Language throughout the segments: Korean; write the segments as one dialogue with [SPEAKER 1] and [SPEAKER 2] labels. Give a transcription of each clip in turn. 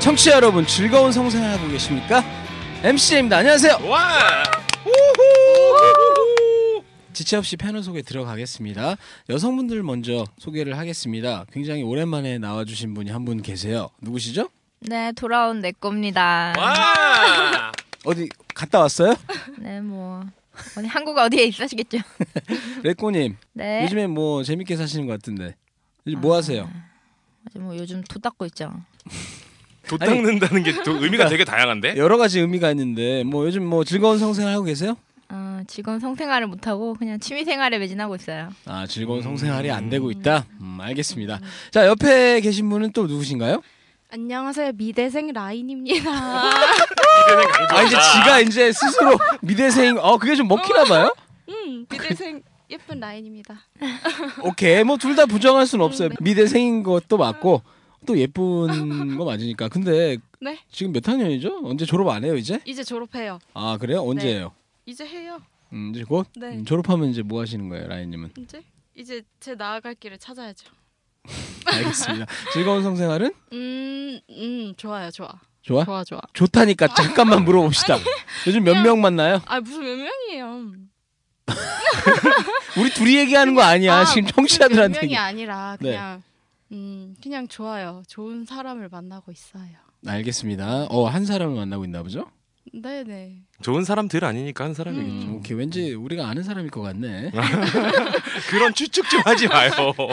[SPEAKER 1] 청취자 여러분 즐거운 성생활하고 계십니까? MC입니다. 안녕하세요.
[SPEAKER 2] 와!
[SPEAKER 1] 지체 없이 패널 소개 들어가겠습니다. 여성분들 먼저 소개를 하겠습니다. 굉장히 오랜만에 나와주신 분이 한 분 계세요. 누구시죠?
[SPEAKER 3] 네, 돌아온 내 겁니다.
[SPEAKER 2] 와!
[SPEAKER 1] 어디 갔다 왔어요?
[SPEAKER 3] 네, 뭐 어디 한국 어디에 있으시겠죠?
[SPEAKER 1] 레코님
[SPEAKER 3] 네.
[SPEAKER 1] 요즘에 뭐 재밌게 사시는 것 같은데 요즘 뭐 하세요?
[SPEAKER 3] 아주 뭐 요즘 도 닦고 있죠.
[SPEAKER 2] 도
[SPEAKER 1] 아니,
[SPEAKER 2] 닦는다는 게 또
[SPEAKER 1] 그러니까.
[SPEAKER 2] 의미가 되게 다양한데?
[SPEAKER 1] 여러 가지 의미가 있는데 뭐 요즘 뭐 즐거운 성생활하고 계세요?
[SPEAKER 3] 어, 지금 성생활을 못 하고 그냥 취미 생활에 매진하고 있어요.
[SPEAKER 1] 아 즐거운 성생활이 안 되고 있다. 음, 알겠습니다. 자 옆에 계신 분은 또 누구신가요?
[SPEAKER 4] 안녕하세요 미대생 라인입니다.
[SPEAKER 2] 미대생 강조.
[SPEAKER 1] 아 이제 지가 이제 스스로 미대생 어 그게 좀 먹히나 봐요?
[SPEAKER 4] 음 미대생 예쁜 라인입니다.
[SPEAKER 1] 오케이 뭐 둘 다 부정할 수는 없어요
[SPEAKER 4] 네.
[SPEAKER 1] 미대생인 것도 맞고 또 예쁜 거 맞으니까 근데
[SPEAKER 4] 네
[SPEAKER 1] 지금 몇 학년이죠? 언제 졸업 안 해요 이제?
[SPEAKER 4] 이제 졸업해요.
[SPEAKER 1] 아 그래요? 언제예요?
[SPEAKER 4] 이제 해요.
[SPEAKER 1] 음, 이제 곧?
[SPEAKER 4] 네.
[SPEAKER 1] 음, 졸업하면 이제 뭐 하시는 거예요 라인님은?
[SPEAKER 4] 이제 이제 제 나아갈 길을 찾아야죠.
[SPEAKER 1] 알겠습니다 즐거운 성생활은?
[SPEAKER 4] 음음 좋아요 좋아
[SPEAKER 1] 좋아?
[SPEAKER 4] 좋아 좋아.
[SPEAKER 1] 좋다니까 잠깐만 물어봅시다 요즘 몇 명 만나요?
[SPEAKER 4] 아 무슨 몇 명이에요?
[SPEAKER 1] 우리 둘이 얘기하는 거 아니야
[SPEAKER 4] 아,
[SPEAKER 1] 지금
[SPEAKER 4] 무슨
[SPEAKER 1] 청취자들한테
[SPEAKER 4] 몇
[SPEAKER 1] 얘기.
[SPEAKER 4] 명이 아니라
[SPEAKER 1] 네.
[SPEAKER 4] 그냥 음 그냥 좋아요. 좋은 사람을 만나고 있어요.
[SPEAKER 1] 알겠습니다 어한 사람을 만나고 있나 보죠?
[SPEAKER 4] 네네.
[SPEAKER 2] 좋은 사람들 아니니까 한 사람이겠죠.
[SPEAKER 1] 아. 음, 오케이 왠지 우리가 아는 사람일 것 같네
[SPEAKER 2] 그런 추측 좀 하지 마요.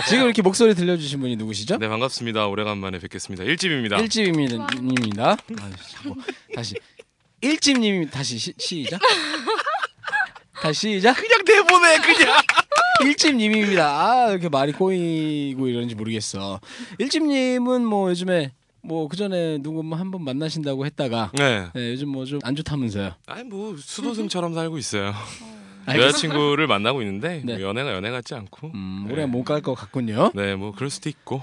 [SPEAKER 1] 지금 이렇게 목소리 들려주신 분이 누구시죠?
[SPEAKER 2] 네, 반갑습니다. 오래간만에 뵙겠습니다. 일집입니다.
[SPEAKER 1] 일집입니다. 님입니다. 아유, 참, 뭐, 다시 일집님 다시 시, 시작. 다시 시작.
[SPEAKER 2] 그냥 대본에 그냥.
[SPEAKER 1] 일집님입니다. 아 이렇게 말이 꼬이고 이러는지 모르겠어. 일집님은 뭐 요즘에 뭐 그 전에 누구 뭐 한번 만나신다고 했다가
[SPEAKER 2] 네.
[SPEAKER 1] 네, 요즘 뭐 좀 안 좋다면서요.
[SPEAKER 2] 아니 뭐 수도승처럼 살고 있어요. 네.
[SPEAKER 1] 알겠-
[SPEAKER 2] 여자친구를 만나고 있는데
[SPEAKER 1] 네.
[SPEAKER 2] 뭐 연애가 연애 같지 않고.
[SPEAKER 1] 음, 올해 못갈 것 같군요.
[SPEAKER 2] 네, 뭐 그럴 수도 있고.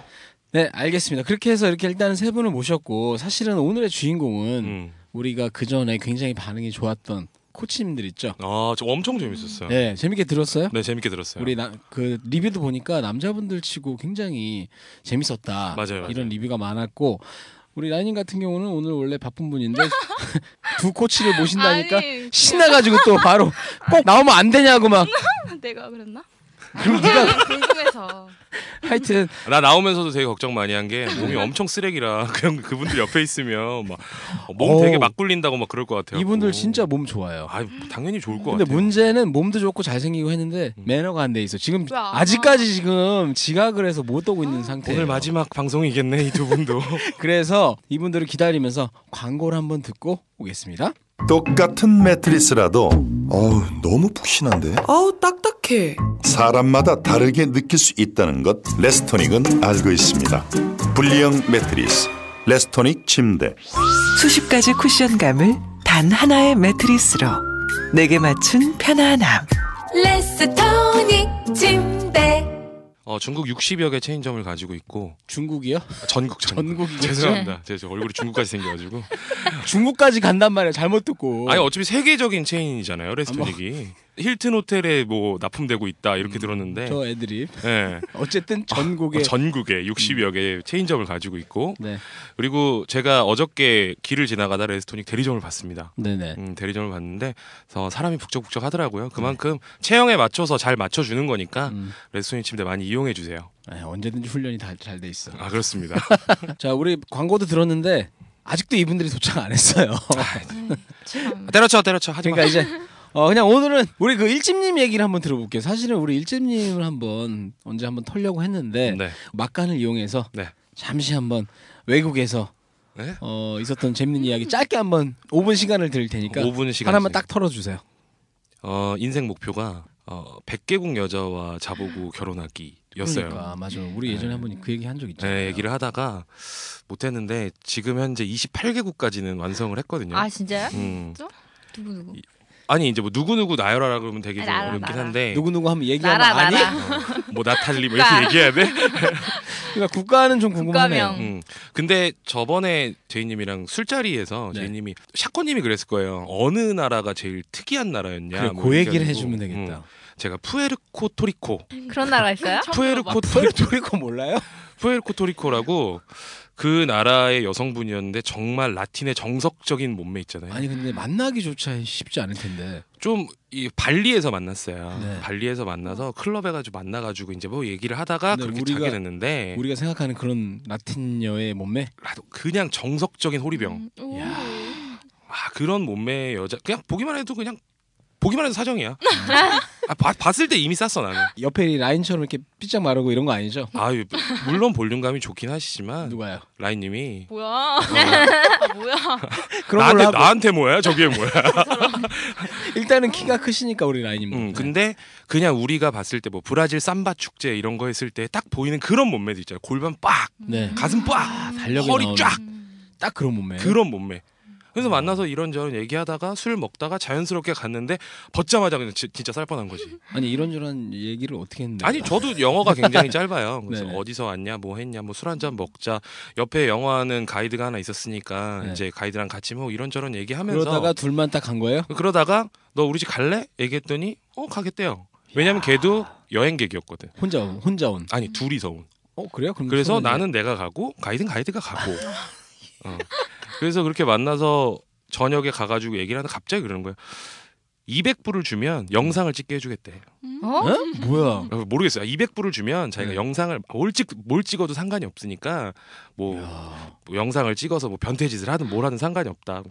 [SPEAKER 1] 네, 알겠습니다. 그렇게 해서 이렇게 일단은 세 분을 모셨고 사실은 오늘의 주인공은
[SPEAKER 2] 음.
[SPEAKER 1] 우리가 그 전에 굉장히 반응이 좋았던 코치님들 있죠.
[SPEAKER 2] 아, 저 엄청 재밌었어요. 네,
[SPEAKER 1] 네, 재밌게 들었어요?
[SPEAKER 2] 재밌게 들었어요.
[SPEAKER 1] 우리 나, 그 리뷰도 보니까 남자분들 치고 굉장히 재밌었다.
[SPEAKER 2] 맞아요, 맞아요.
[SPEAKER 1] 이런 리뷰가 많았고 우리 라인님 같은 경우는 오늘 원래 바쁜 분인데 두 코치를 모신다니까
[SPEAKER 4] 아니
[SPEAKER 1] 신나가지고 또 바로 꼭 나오면 안 되냐고 막
[SPEAKER 4] 내가 그랬나?
[SPEAKER 1] 그럼
[SPEAKER 4] 그냥
[SPEAKER 1] 네가
[SPEAKER 4] 궁금해서
[SPEAKER 1] 하여튼
[SPEAKER 2] 나 나오면서도 되게 걱정 많이 한 게
[SPEAKER 1] 네?
[SPEAKER 2] 몸이 엄청 쓰레기라 그냥 그분들 옆에 있으면 막
[SPEAKER 1] 어우.
[SPEAKER 2] 몸 되게 막 굴린다고 막 그럴 것 같아요.
[SPEAKER 1] 이분들 진짜 몸 좋아요.
[SPEAKER 2] 아 당연히 좋을 것
[SPEAKER 1] 근데
[SPEAKER 2] 같아요. 음.
[SPEAKER 1] 문제는 몸도 좋고 잘생기고 했는데 매너가 안 돼 있어. 지금
[SPEAKER 4] 왜안 와? 아.
[SPEAKER 1] 아직까지 지금 지각을 해서 못 오고 있는 상태예요.
[SPEAKER 2] 오늘 마지막 방송이겠네 이 두 분도.
[SPEAKER 1] 그래서 이분들을 기다리면서 광고를 한번 듣고 오겠습니다.
[SPEAKER 5] 똑같은 매트리스라도 어우 너무 푹신한데
[SPEAKER 6] 어우 딱딱해
[SPEAKER 5] 사람마다 다르게 느낄 수 있다는 것 레스토닉은 알고 있습니다 분리형 매트리스 레스토닉 침대
[SPEAKER 6] 수십 가지 쿠션감을 단 하나의 매트리스로 내게 맞춘 편안함
[SPEAKER 7] 레스토닉 침대
[SPEAKER 2] 어, 중국 60여 개 체인점을 가지고 있고
[SPEAKER 1] 중국이요?
[SPEAKER 2] 전국 전국.
[SPEAKER 1] 전국이
[SPEAKER 2] 죄송합니다. 제 저 얼굴이 중국까지 생겨가지고.
[SPEAKER 1] 중국까지 간단 말이야 잘못 듣고
[SPEAKER 2] 아니 어차피 세계적인 뭐. 체인이잖아요 레스토닉이. 힐튼 호텔에 뭐 납품되고 있다 이렇게 들었는데.
[SPEAKER 1] 저 애드립
[SPEAKER 2] 예.
[SPEAKER 1] 어쨌든 전국에
[SPEAKER 2] 어, 전국에 음. 60여 개 체인점을 가지고 있고
[SPEAKER 1] 네
[SPEAKER 2] 그리고 제가 어저께 길을 지나가다 레스토닉 대리점을 봤습니다.
[SPEAKER 1] 네네
[SPEAKER 2] 음, 대리점을 봤는데 어, 사람이 북적북적 하더라고요. 그만큼 체형에 맞춰서 잘 맞춰주는 거니까
[SPEAKER 1] 음.
[SPEAKER 2] 레스토닉 침대 많이 이용해 주세요.
[SPEAKER 1] 아, 언제든지 훈련이 다 잘 돼 있어
[SPEAKER 2] 아 그렇습니다.
[SPEAKER 1] 자 우리 광고도 들었는데 아직도 이분들이 도착 안 했어요
[SPEAKER 2] 아,
[SPEAKER 4] 참.
[SPEAKER 2] 때려쳐 때려쳐 하지 마.
[SPEAKER 1] 그러니까 이제 어 그냥 오늘은 우리 그 일집님 얘기를 한번 들어볼게요 사실은 우리 일집님을 한번 언제 한번 털려고 했는데
[SPEAKER 2] 네.
[SPEAKER 1] 막간을 이용해서
[SPEAKER 2] 네.
[SPEAKER 1] 잠시 한번 외국에서
[SPEAKER 2] 네?
[SPEAKER 1] 어 있었던 재밌는 이야기 짧게 한번 5분 시간을 드릴 테니까
[SPEAKER 2] 5분 시간.
[SPEAKER 1] 하나만 딱 털어주세요
[SPEAKER 2] 어, 인생 목표가 어, 100개국 여자와 자보고 결혼하기. 였어요.
[SPEAKER 1] 아, 그러니까 맞아. 우리 예전에
[SPEAKER 2] 네.
[SPEAKER 1] 한번 그 얘기 한 적 있잖아요.
[SPEAKER 2] 네, 얘기를 하다가 못했는데 지금 현재 28개국까지는 완성을 했거든요.
[SPEAKER 3] 아 진짜요?
[SPEAKER 2] 음.
[SPEAKER 3] 누구 누구?
[SPEAKER 2] 아니 이제 뭐 누구 누구 나열하라 그러면 되게 좀
[SPEAKER 3] 아니, 나라,
[SPEAKER 2] 어렵긴
[SPEAKER 3] 나라.
[SPEAKER 2] 한데
[SPEAKER 1] 누구 누구 하면 얘기하면
[SPEAKER 3] 나라
[SPEAKER 1] 아니?
[SPEAKER 3] 나라
[SPEAKER 2] 뭐 나탈리 뭐 이렇게 얘기해야 돼?
[SPEAKER 1] 그러니까 국가는 좀 궁금하네요.
[SPEAKER 3] 국가명.
[SPEAKER 2] 음. 근데 저번에 제이님이랑 술자리에서
[SPEAKER 1] 네.
[SPEAKER 2] 제이님이 샤코님이 그랬을 거예요. 어느 나라가 제일 특이한 나라였냐?
[SPEAKER 1] 그래,
[SPEAKER 2] 뭐
[SPEAKER 1] 그 얘기를
[SPEAKER 2] 얘기하고.
[SPEAKER 1] 해주면 되겠다.
[SPEAKER 2] 음. 제가 푸에르코토리코,
[SPEAKER 3] 그런 나라 있어요? 아,
[SPEAKER 2] 푸에르코토리,
[SPEAKER 1] 토리토리코 몰라요?
[SPEAKER 2] 푸에르코토리코라고 그 나라의 여성분이었는데 정말 라틴의 정석적인 몸매 있잖아요.
[SPEAKER 1] 아니 근데 만나기조차 쉽지 않을 텐데.
[SPEAKER 2] 좀 이 발리에서 만났어요.
[SPEAKER 1] 네.
[SPEAKER 2] 발리에서 만나서 클럽에 가지고 만나가지고 이제 뭐 얘기를 하다가
[SPEAKER 1] 근데
[SPEAKER 2] 그렇게
[SPEAKER 1] 우리가-
[SPEAKER 2] 자게 됐는데
[SPEAKER 1] 우리가 생각하는 그런 라틴녀의 몸매.
[SPEAKER 2] 나도 그냥 정석적인 호리병.
[SPEAKER 4] 오.
[SPEAKER 1] 야.
[SPEAKER 2] 아 그런 몸매의 여자 그냥 보기만 해도 그냥 보기만 해도 사정이야. 아, 봐- 봤을 때 이미 쌌어 나는.
[SPEAKER 1] 옆에 이 라인처럼 이렇게 삐짝 마르고 이런 거 아니죠?
[SPEAKER 2] 아유 물론 볼륨감이 좋긴 하시지만
[SPEAKER 1] 누가요?
[SPEAKER 2] 라인님이
[SPEAKER 4] 뭐야? 아, 뭐야?
[SPEAKER 1] 그런 걸로
[SPEAKER 2] 나한테
[SPEAKER 1] 하고
[SPEAKER 2] 나한테 뭐야 저게 뭐야.
[SPEAKER 1] 일단은 키가 크시니까 우리 라인님.
[SPEAKER 2] 음,
[SPEAKER 1] 네.
[SPEAKER 2] 근데 그냥 우리가 봤을 때 뭐 브라질 삼바 축제 이런 거 했을 때 딱 보이는 그런 몸매도 있잖아요. 골반 빡,
[SPEAKER 1] 네.
[SPEAKER 2] 가슴 빡,
[SPEAKER 1] 달력이
[SPEAKER 2] 허리
[SPEAKER 1] 나오는 네. 음.
[SPEAKER 2] 쫙
[SPEAKER 1] 딱 그런 몸매.
[SPEAKER 2] 그런 몸매. 그래서 만나서 이런저런 얘기하다가 술 먹다가 자연스럽게 갔는데 벗자마자 그냥 지- 진짜 쌀 뻔한 거지.
[SPEAKER 1] 아니 이런저런 얘기를 어떻게 했는데?
[SPEAKER 2] 아니 저도 영어가 굉장히 짧아요. 그래서
[SPEAKER 1] 네.
[SPEAKER 2] 어디서 왔냐, 뭐 했냐, 뭐 술 한잔 먹자. 옆에 영화하는 가이드가 하나 있었으니까
[SPEAKER 1] 네.
[SPEAKER 2] 이제 가이드랑 같이 뭐 이런저런 얘기하면서
[SPEAKER 1] 그러다가 둘만 딱 간 거예요?
[SPEAKER 2] 그러다가 너 우리 집 갈래? 얘기했더니 어 가겠대요. 왜냐면 걔도 여행객이었거든.
[SPEAKER 1] 혼자 온- 혼자 온.
[SPEAKER 2] 아니 둘이서 온.
[SPEAKER 1] 어 그래요? 그럼
[SPEAKER 2] 그래서
[SPEAKER 1] 처음에
[SPEAKER 2] 나는 내가 가고 가이드는 가이드가 가고.
[SPEAKER 1] 아,
[SPEAKER 2] 어. 그래서 그렇게 만나서 저녁에 가가지고 얘기를 하는데 갑자기 그러는 거야. 200불을 주면 영상을 찍게 해주겠대.
[SPEAKER 3] 어?
[SPEAKER 1] 어? 뭐야?
[SPEAKER 2] 어, 모르겠어요. 200불을 주면 자기가
[SPEAKER 1] 네.
[SPEAKER 2] 영상을 뭘, 찍, 뭘 찍어도 상관이 없으니까
[SPEAKER 1] 음.
[SPEAKER 2] 뭐,
[SPEAKER 1] 야,
[SPEAKER 2] 뭐 영상을 찍어서 뭐 변태짓을 하든 뭘 하든 상관이 없다.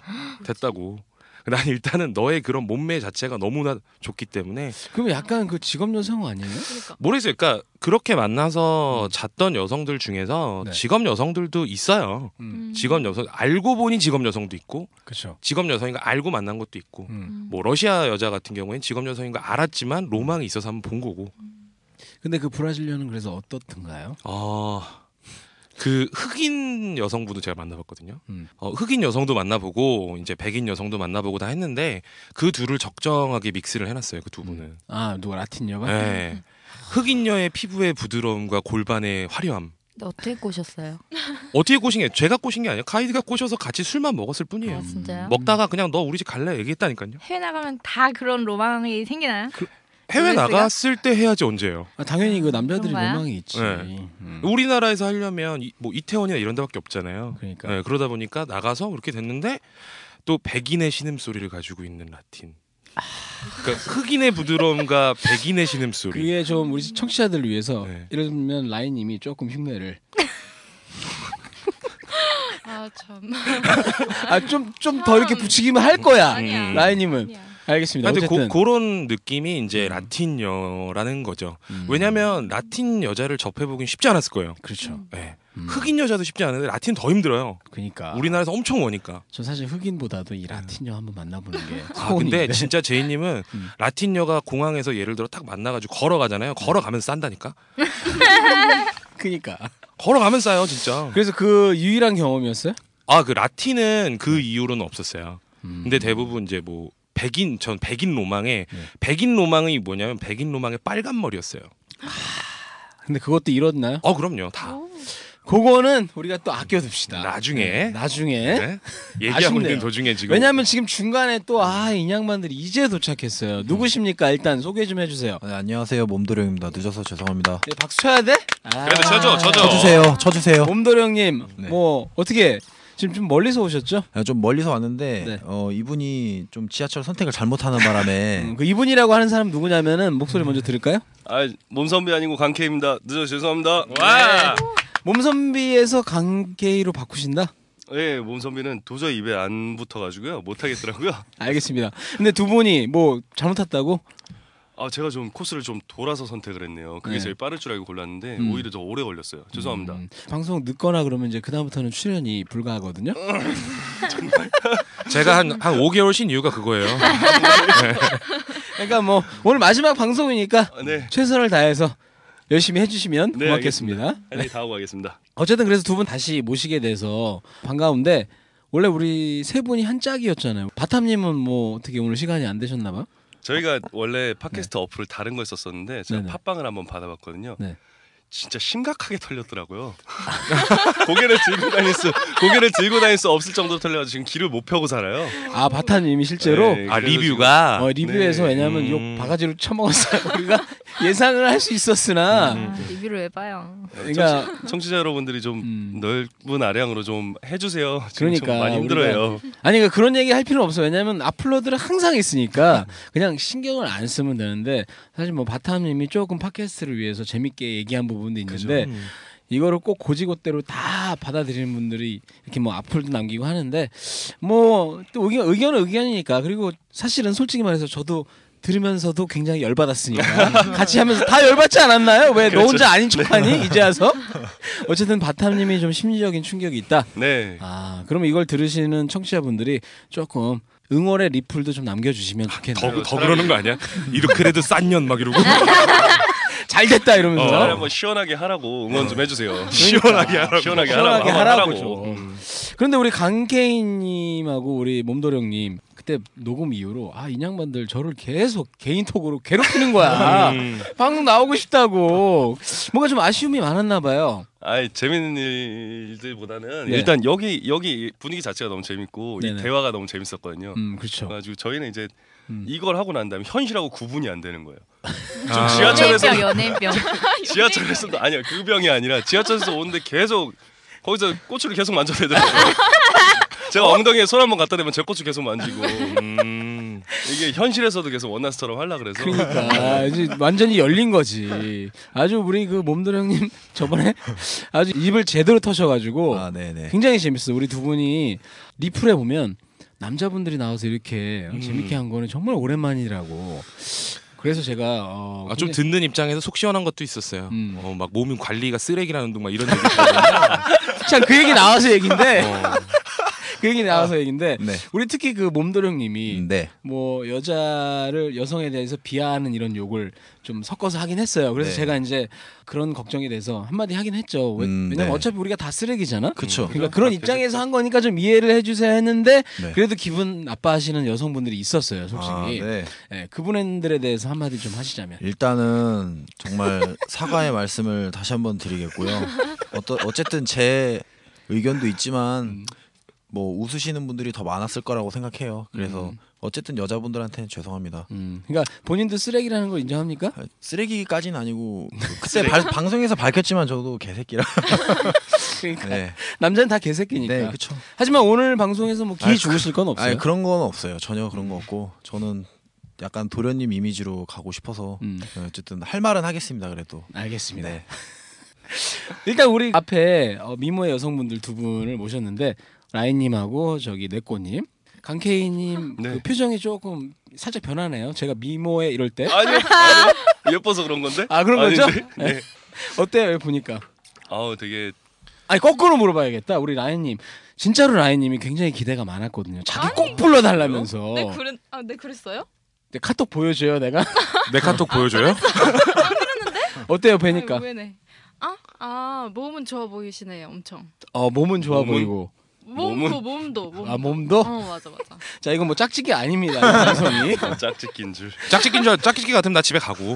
[SPEAKER 2] 됐다고. 난 일단은 너의 그런 몸매 자체가 너무나 좋기 때문에
[SPEAKER 1] 그럼 약간 그 직업 여성 아니에요?
[SPEAKER 2] 모르겠어요. 그러니까 그렇게 만나서 잤던 여성들 중에서
[SPEAKER 1] 음. 네.
[SPEAKER 2] 직업 여성들도 있어요.
[SPEAKER 1] 음,
[SPEAKER 2] 직업 여성 알고 보니 직업 여성도 있고
[SPEAKER 1] 그렇죠.
[SPEAKER 2] 직업 여성인가 알고 만난 것도 있고
[SPEAKER 1] 음.
[SPEAKER 2] 뭐 러시아 여자 같은 경우에는 직업 여성인가 알았지만 로망이 있어서 한번 본 거고
[SPEAKER 1] 근데 그 브라질리언은 그래서 어떻던가요?
[SPEAKER 2] 어, 그 흑인 여성분도 제가 만나봤거든요.
[SPEAKER 1] 음.
[SPEAKER 2] 어, 흑인 여성도 만나보고 이제 백인 여성도 만나보고 다 했는데 그 둘을 적정하게 믹스를 해놨어요. 그 두 분은.
[SPEAKER 1] 아 누가 라틴녀가?
[SPEAKER 2] 네. 흑인녀의 피부의 부드러움과 골반의 화려함.
[SPEAKER 3] 근데 어떻게 꼬셨어요?
[SPEAKER 2] 어떻게 꼬신 게 제가 꼬신 게 아니라 가이드가 꼬셔서 같이 술만 먹었을 뿐이에요.
[SPEAKER 3] 아 진짜요?
[SPEAKER 1] 음.
[SPEAKER 2] 먹다가 그냥 너 우리 집 갈래 얘기했다니까요.
[SPEAKER 3] 해외 나가면 다 그런 로망이 생기나요?
[SPEAKER 2] 해외
[SPEAKER 3] 그랬어요?
[SPEAKER 2] 나갔을 때 해야지 언제예요.
[SPEAKER 1] 아, 당연히 그 남자들이
[SPEAKER 3] 그런가요?
[SPEAKER 1] 로망이 있지.
[SPEAKER 2] 네.
[SPEAKER 1] 음.
[SPEAKER 2] 우리나라에서 하려면 이- 뭐 이태원이나 이런 데밖에 없잖아요.
[SPEAKER 1] 그러니까.
[SPEAKER 2] 네, 그러다 보니까 나가서 그렇게 됐는데 또 백인의 신음 소리를 가지고 있는 라틴.
[SPEAKER 1] 아.
[SPEAKER 2] 그러니까 흑인의 부드러움과 백인의 신음 소리.
[SPEAKER 1] 그게 좀 우리 청취자들을 위해서
[SPEAKER 2] 네.
[SPEAKER 1] 이러면 라인님이 조금 흉내를
[SPEAKER 4] 아 참.
[SPEAKER 1] 어. 아 좀 좀 더 이렇게 붙이기만 할 거야 음.
[SPEAKER 4] 음. 아니야.
[SPEAKER 1] 라인님은
[SPEAKER 4] 아니야.
[SPEAKER 1] 알겠습니다
[SPEAKER 2] 근데 고,
[SPEAKER 1] 어쨌든
[SPEAKER 2] 그런 느낌이 이제 라틴여라는 거죠.
[SPEAKER 1] 음.
[SPEAKER 2] 왜냐하면 라틴 여자를 접해보긴 쉽지 않았을 거예요.
[SPEAKER 1] 그렇죠
[SPEAKER 2] 네.
[SPEAKER 1] 음.
[SPEAKER 2] 흑인 여자도 쉽지 않은데 라틴 더 힘들어요.
[SPEAKER 1] 그러니까
[SPEAKER 2] 우리나라에서 엄청 오니까.
[SPEAKER 1] 전 사실 흑인보다도 이 라틴녀 한번 만나보는 게
[SPEAKER 2] 음. 아 근데
[SPEAKER 1] 소원인데
[SPEAKER 2] 진짜 제이님은
[SPEAKER 1] 음.
[SPEAKER 2] 라틴녀가 공항에서 예를 들어 딱 만나가지고 걸어가잖아요. 걸어가면 싼다니까.
[SPEAKER 1] 그니까
[SPEAKER 2] 걸어가면 싸요 진짜.
[SPEAKER 1] 그러니까. 그래서 그 유일한 경험이었어요
[SPEAKER 2] 아 그 라틴은 그 이후로는 없었어요.
[SPEAKER 1] 네. 음.
[SPEAKER 2] 근데 대부분 이제 뭐 백인 전 백인 로망에
[SPEAKER 1] 네.
[SPEAKER 2] 백인 로망이 뭐냐면 백인 로망의 빨간 머리였어요.
[SPEAKER 1] 근데 그것도 이뤘나요
[SPEAKER 2] 어 그럼요 다
[SPEAKER 1] 그거는 우리가 또 아껴둡시다
[SPEAKER 2] 나중에
[SPEAKER 1] 나중에
[SPEAKER 2] 네? 얘기하고
[SPEAKER 1] 아쉽네요.
[SPEAKER 2] 있는 도중에 지금
[SPEAKER 1] 왜냐하면 지금 중간에 또 아 인양반들이 이제 도착했어요 누구십니까 일단 소개 좀 해주세요
[SPEAKER 8] 네, 안녕하세요 몸도령입니다. 늦어서 죄송합니다.
[SPEAKER 1] 네, 박수 쳐야 돼? 아.
[SPEAKER 2] 그래도 쳐줘 쳐줘.
[SPEAKER 8] 쳐주세요, 쳐주세요.
[SPEAKER 1] 몸돌이 형님
[SPEAKER 8] 네.
[SPEAKER 1] 뭐 어떻게 지금 좀 멀리서 오셨죠?
[SPEAKER 8] 아, 좀 멀리서 왔는데
[SPEAKER 1] 네.
[SPEAKER 8] 어, 이분이 좀 지하철 선택을 잘못하는 바람에
[SPEAKER 1] 음, 그 이분이라고 하는 사람 누구냐면은 목소리 먼저 들을까요?
[SPEAKER 9] 아, 몸선배 아니고 강케입니다. 늦어 죄송합니다.
[SPEAKER 2] 와
[SPEAKER 1] 몸선비에서 강게이로 바꾸신다?
[SPEAKER 9] 예, 몸선배는 도저히 입에 안 붙어가지고요, 못 하겠더라고요.
[SPEAKER 1] 알겠습니다. 근데 두 분이 뭐 잘못했다고?
[SPEAKER 9] 아, 제가 좀 코스를 좀 돌아서 선택을 했네요. 그게
[SPEAKER 1] 네.
[SPEAKER 9] 제일 빠를 줄 알고 골랐는데
[SPEAKER 1] 음.
[SPEAKER 9] 오히려 더 오래 걸렸어요. 죄송합니다.
[SPEAKER 1] 음, 방송 늦거나 그러면 이제 그 다음부터는 출연이 불가하거든요.
[SPEAKER 2] 제가 한 한 5개월 쉰 이유가 그거예요.
[SPEAKER 1] 그러니까 뭐 오늘 마지막 방송이니까
[SPEAKER 9] 아, 네,
[SPEAKER 1] 최선을 다해서 열심히 해주시면
[SPEAKER 9] 네,
[SPEAKER 1] 음. 고맙겠습니다.
[SPEAKER 9] 빨리 다 하고 가겠습니다.
[SPEAKER 1] 어쨌든 그래서 두 분 다시 모시게 돼서 반가운데 원래 우리 세 분이 한 짝이었잖아요. 바탐님은 뭐 어떻게 오늘 시간이 안 되셨나봐.
[SPEAKER 9] 저희가 원래 팟캐스트 어플을 다른 걸 썼었는데 제가
[SPEAKER 1] 네. 네네.
[SPEAKER 9] 팟빵을 한번 받아봤거든요.
[SPEAKER 1] 네.
[SPEAKER 9] 진짜 심각하게 털렸더라고요. 고개를 들고 다닐 수 고개를 들고 다닐 수 없을 정도로 털려가지고 지금 길을 못 펴고 살아요.
[SPEAKER 1] 아 바탐님이 실제로
[SPEAKER 9] 네,
[SPEAKER 2] 아
[SPEAKER 9] 그래서
[SPEAKER 2] 리뷰가
[SPEAKER 1] 어, 리뷰에서
[SPEAKER 9] 네.
[SPEAKER 1] 왜냐하면
[SPEAKER 2] 음.
[SPEAKER 1] 욕 바가지로 처먹었어요. 우리가 예상을 할 수 있었으나
[SPEAKER 3] 아, 리뷰를 왜 봐요?
[SPEAKER 9] 지금
[SPEAKER 1] 그러니까
[SPEAKER 9] 청취- 청취자 여러분들이 좀
[SPEAKER 1] 음.
[SPEAKER 9] 넓은 아량으로 좀 해주세요. 지금 좀
[SPEAKER 1] 그러니까
[SPEAKER 9] 많이 힘들어요.
[SPEAKER 1] 아니 그러니까 그런 얘기 할 필요는 없어 왜냐하면 앞플로드를 항상 있으니까 그냥 신경을 안 쓰면 되는데 사실 뭐 바타님이 조금 팟캐스트를 위해서 재밌게 얘기한 부분도 있는데
[SPEAKER 2] 음.
[SPEAKER 1] 이거를 꼭 고지고대로 다 받아들이는 분들이 이렇게 뭐 악플도 남기고 하는데 뭐 또 의견 의견은 의견이니까 그리고 사실은 솔직히 말해서 저도 들으면서도 굉장히 열받았으니까 같이 하면서 다 열받지 않았나요? 왜 너
[SPEAKER 9] 그렇죠.
[SPEAKER 1] 혼자 아닌 척하니 이제 와서 어쨌든 바탐님이 좀 심리적인 충격이 있다.
[SPEAKER 9] 네.
[SPEAKER 1] 아, 그럼 이걸 들으시는 청취자분들이 조금 응월의 리플도 좀 남겨주시면
[SPEAKER 9] 아,
[SPEAKER 1] 좋겠네요.
[SPEAKER 2] 더, 더 그러는 거 아니야? 이렇게라도 싼 년 막 이러고
[SPEAKER 1] 잘 됐다 이러면서
[SPEAKER 9] 차라리 한번 시원하게 하라고 응원 좀 해주세요. 그러니까.
[SPEAKER 2] 시원하게 하라고.
[SPEAKER 9] 시원하게 하라고.
[SPEAKER 1] 시원하게
[SPEAKER 9] 한번
[SPEAKER 1] 하라고.
[SPEAKER 9] 하라고. 음.
[SPEAKER 1] 좀. 그런데 우리 강케인님하고 우리 몸도령님 그때 녹음 이후로 아 인양반들 저를 계속 개인톡으로 괴롭히는 거야. 방송 나오고 싶다고 뭔가 좀 아쉬움이 많았나 봐요.
[SPEAKER 9] 아이 재밌는 일들보다는
[SPEAKER 1] 네.
[SPEAKER 9] 일단 여기 여기 분위기 자체가 너무 재밌고 이
[SPEAKER 1] 네네.
[SPEAKER 9] 대화가 너무 재밌었거든요.
[SPEAKER 1] 음 그렇죠.
[SPEAKER 9] 그래가지고 저희는 이제
[SPEAKER 1] 음.
[SPEAKER 9] 이걸 하고 난 다음에 현실하고 구분이 안 되는 거예요.
[SPEAKER 2] 아.
[SPEAKER 3] 연예병
[SPEAKER 9] 지하철에서-
[SPEAKER 3] 연예병.
[SPEAKER 9] 지하철에서도 아니야 그 병이 아니라 지하철에서 오는데 계속 거기서 꼬추를 계속 만져대더라고요. 제가 엉덩이에 손 한번 갖다 대면 제 꼬추 계속 만지고
[SPEAKER 2] 음.
[SPEAKER 9] 이게 현실에서도 계속 원나스처럼 하려 그래서
[SPEAKER 1] 그러니까 이제 완전히 열린 거지. 아주 우리 그 몸도령님 저번에 아주 입을 제대로 터셔가지고
[SPEAKER 8] 아, 네네.
[SPEAKER 1] 굉장히 재밌어. 우리 두 분이 리플에 보면 남자분들이 나와서 이렇게
[SPEAKER 2] 음.
[SPEAKER 1] 재밌게 한 거는 정말 오랜만이라고. 그래서 제가 어,
[SPEAKER 2] 아, 좀
[SPEAKER 1] 굉장히-
[SPEAKER 2] 듣는 입장에서 속 시원한 것도 있었어요.
[SPEAKER 1] 음.
[SPEAKER 2] 어, 막 몸이 관리가 쓰레기라는 둥 막 이런 얘기 들었는데
[SPEAKER 1] 참, 그 얘기 나와서 얘긴데
[SPEAKER 2] 어,
[SPEAKER 1] 그 얘기 나와서 얘긴데
[SPEAKER 8] 네.
[SPEAKER 1] 우리 특히 그
[SPEAKER 2] 음.
[SPEAKER 1] 몸도령님이
[SPEAKER 8] 네.
[SPEAKER 1] 뭐 여자를 여성에 대해서 비하하는 이런 욕을 좀 섞어서 하긴 했어요. 그래서
[SPEAKER 8] 네.
[SPEAKER 1] 제가 이제 그런 걱정이 돼서 한마디 하긴 했죠. 왜,
[SPEAKER 8] 음,
[SPEAKER 1] 왜냐면
[SPEAKER 8] 네.
[SPEAKER 1] 어차피 우리가 다 쓰레기잖아.
[SPEAKER 8] 그쵸.
[SPEAKER 1] 그러니까 그런 입장에서 한 거니까 좀 이해를 해주세요 했는데
[SPEAKER 8] 네.
[SPEAKER 1] 그래도 기분 나빠하시는 여성분들이 있었어요, 솔직히.
[SPEAKER 8] 아, 네.
[SPEAKER 1] 예, 그분들에 대해서 한마디 좀 하시자면.
[SPEAKER 8] 일단은 정말 사과의 말씀을 다시 한번 드리겠고요. 어떠, 어쨌든 제 의견도
[SPEAKER 1] 음.
[SPEAKER 8] 있지만 뭐 웃으시는 분들이 더 많았을 거라고 생각해요. 그래서 어쨌든 여자분들한테는 죄송합니다.
[SPEAKER 1] 음, 그러니까 본인도 쓰레기라는 걸 인정합니까?
[SPEAKER 8] 아, 쓰레기까지는 아니고 그때 발- 방송에서 밝혔지만 저도 개새끼라.
[SPEAKER 1] 그러니까
[SPEAKER 8] 네,
[SPEAKER 1] 남자는 다 개새끼니까.
[SPEAKER 8] 네, 그렇죠.
[SPEAKER 1] 하지만 오늘 방송에서 뭐 기회
[SPEAKER 8] 아이,
[SPEAKER 1] 죽으실 건 없어요. 음.
[SPEAKER 8] 아니 그런 건 없어요. 전혀 그런 거 없고 저는 약간 도련님 이미지로 가고 싶어서
[SPEAKER 1] 음.
[SPEAKER 8] 네, 어쨌든 할 말은 하겠습니다. 그래도.
[SPEAKER 1] 알겠습니다.
[SPEAKER 8] 네.
[SPEAKER 1] 일단 우리 앞에 어, 미모의 여성분들 두 분을 모셨는데 라인님하고 저기 네꼬님, 강케이님
[SPEAKER 9] 네.
[SPEAKER 1] 그 표정이 조금 살짝 변하네요. 제가 미모에 이럴 때
[SPEAKER 9] 아니요, 아니요 예뻐서 그런 건데
[SPEAKER 1] 아, 그런 거죠?
[SPEAKER 9] 아닌데? 네.
[SPEAKER 1] 어때요 여기 보니까?
[SPEAKER 9] 아우 되게
[SPEAKER 1] 아니 거꾸로 물어봐야겠다. 우리 라인님 진짜로 라인님이 굉장히 기대가 많았거든요. 자기 꼭 불러달라면서.
[SPEAKER 4] 네, 그랬, 아, 네, 그랬어요?
[SPEAKER 1] 근데 카톡 보여줘요 내가.
[SPEAKER 2] 내 카톡 보여줘요?
[SPEAKER 1] 어때요 뵈니까?
[SPEAKER 4] 아니, 왜네. 아, 아, 몸은 좋아 보이시네요, 엄청.
[SPEAKER 1] 어 몸은 좋아
[SPEAKER 9] 몸은-
[SPEAKER 1] 보이고.
[SPEAKER 4] 몸도, 몸도, 몸도.
[SPEAKER 1] 아, 몸도?
[SPEAKER 4] 어, 맞아, 맞아.
[SPEAKER 1] 자 이건 뭐 짝짓기 아닙니다. 이 방송이.
[SPEAKER 9] 짝짓기인 줄.
[SPEAKER 2] 짝짓기인 줄 짝짓기 같으면 나 집에 가고